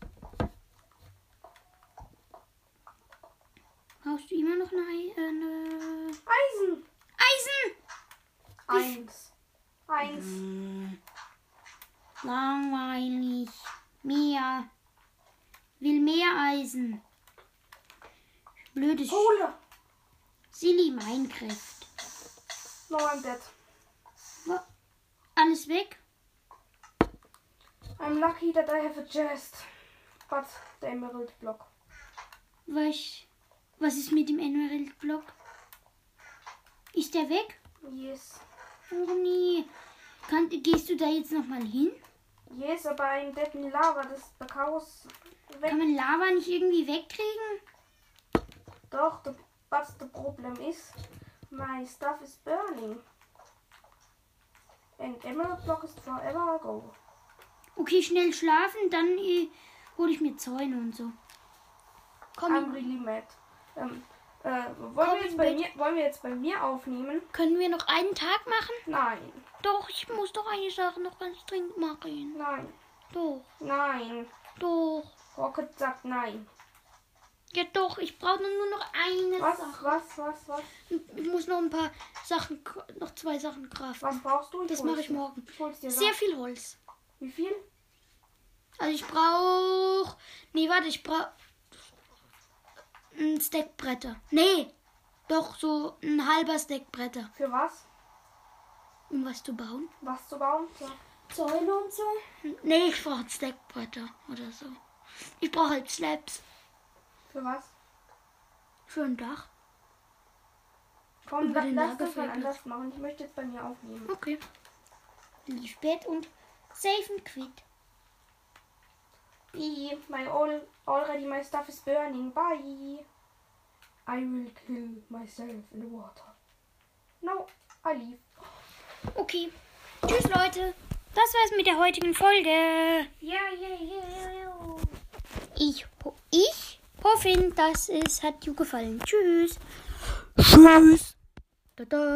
Speaker 1: Brauchst du immer noch eine, Ei- äh, eine
Speaker 2: Eisen!
Speaker 1: Eisen?
Speaker 2: Eins. Eins.
Speaker 1: Langweilig. Mehr. Will mehr Eisen. Blödes Sch-
Speaker 2: Kohle!
Speaker 1: Silly Minecraft.
Speaker 2: No, I'm dead.
Speaker 1: Wa- Alles weg?
Speaker 2: I'm lucky that I have a chest. But the emerald block.
Speaker 1: Was, was ist mit dem Emerald Block? Ist der weg?
Speaker 2: Yes.
Speaker 1: Oh nee. Kann, gehst du da jetzt nochmal hin?
Speaker 2: Yes, aber I'm dead in lava. Das the chaos weg.
Speaker 1: Kann man Lava nicht irgendwie wegkriegen?
Speaker 2: Doch, the, but the problem is, my stuff is burning. And emerald block is forever ago.
Speaker 1: Okay, schnell schlafen, dann äh, hole ich mir Zäune und so.
Speaker 2: I'm
Speaker 1: Komm,
Speaker 2: really mad. Ähm, äh, wollen,
Speaker 1: Komm
Speaker 2: wir
Speaker 1: in
Speaker 2: jetzt bei
Speaker 1: Bett.
Speaker 2: mir, wollen wir jetzt bei mir aufnehmen?
Speaker 1: können wir noch einen Tag machen?
Speaker 2: Nein,
Speaker 1: Doch, ich muss doch eine Sache noch ganz dringend machen.
Speaker 2: nein,
Speaker 1: Doch,
Speaker 2: nein.
Speaker 1: doch.
Speaker 2: Rocket sagt nein.
Speaker 1: Ja doch, ich brauche nur noch eine
Speaker 2: Was,
Speaker 1: Sache.
Speaker 2: was, was, was?
Speaker 1: Ich muss noch ein paar Sachen, k- noch zwei Sachen
Speaker 2: Was
Speaker 1: craften.
Speaker 2: brauchst du?
Speaker 1: Das
Speaker 2: hol's
Speaker 1: mache ich
Speaker 2: dir.
Speaker 1: morgen.
Speaker 2: Ich hol's dir
Speaker 1: Sehr
Speaker 2: noch.
Speaker 1: viel Holz.
Speaker 2: Wie viel?
Speaker 1: Also ich brauche... Nee, warte, ich brauche... Ein Stack Bretter. Nee, doch so ein halber Stack Bretter.
Speaker 2: Für was?
Speaker 1: Um was zu bauen?
Speaker 2: Was zu bauen? Ja.
Speaker 1: Säule und so? Nee, ich brauche Stackbretter oder so. Ich brauche halt Slabs
Speaker 2: Für was?
Speaker 1: für ein Dach.
Speaker 2: Komm,
Speaker 1: Über
Speaker 2: la-
Speaker 1: den
Speaker 2: lass das mal
Speaker 1: Lagerfeuerplatz.
Speaker 2: anders machen. Ich möchte jetzt bei mir aufnehmen.
Speaker 1: Okay. Lief Bett und safe and quit.
Speaker 2: Bye. My all, already my stuff is burning. Bye. I will kill myself in the water. No, I leave.
Speaker 1: Okay. Tschüss, Leute. Das war's mit der heutigen Folge.
Speaker 2: Yeah, yeah, yeah, yeah.
Speaker 1: Ich, ho- ich hoffe, dass es hat dir gefallen. Tschüss. Tschüss. Tada.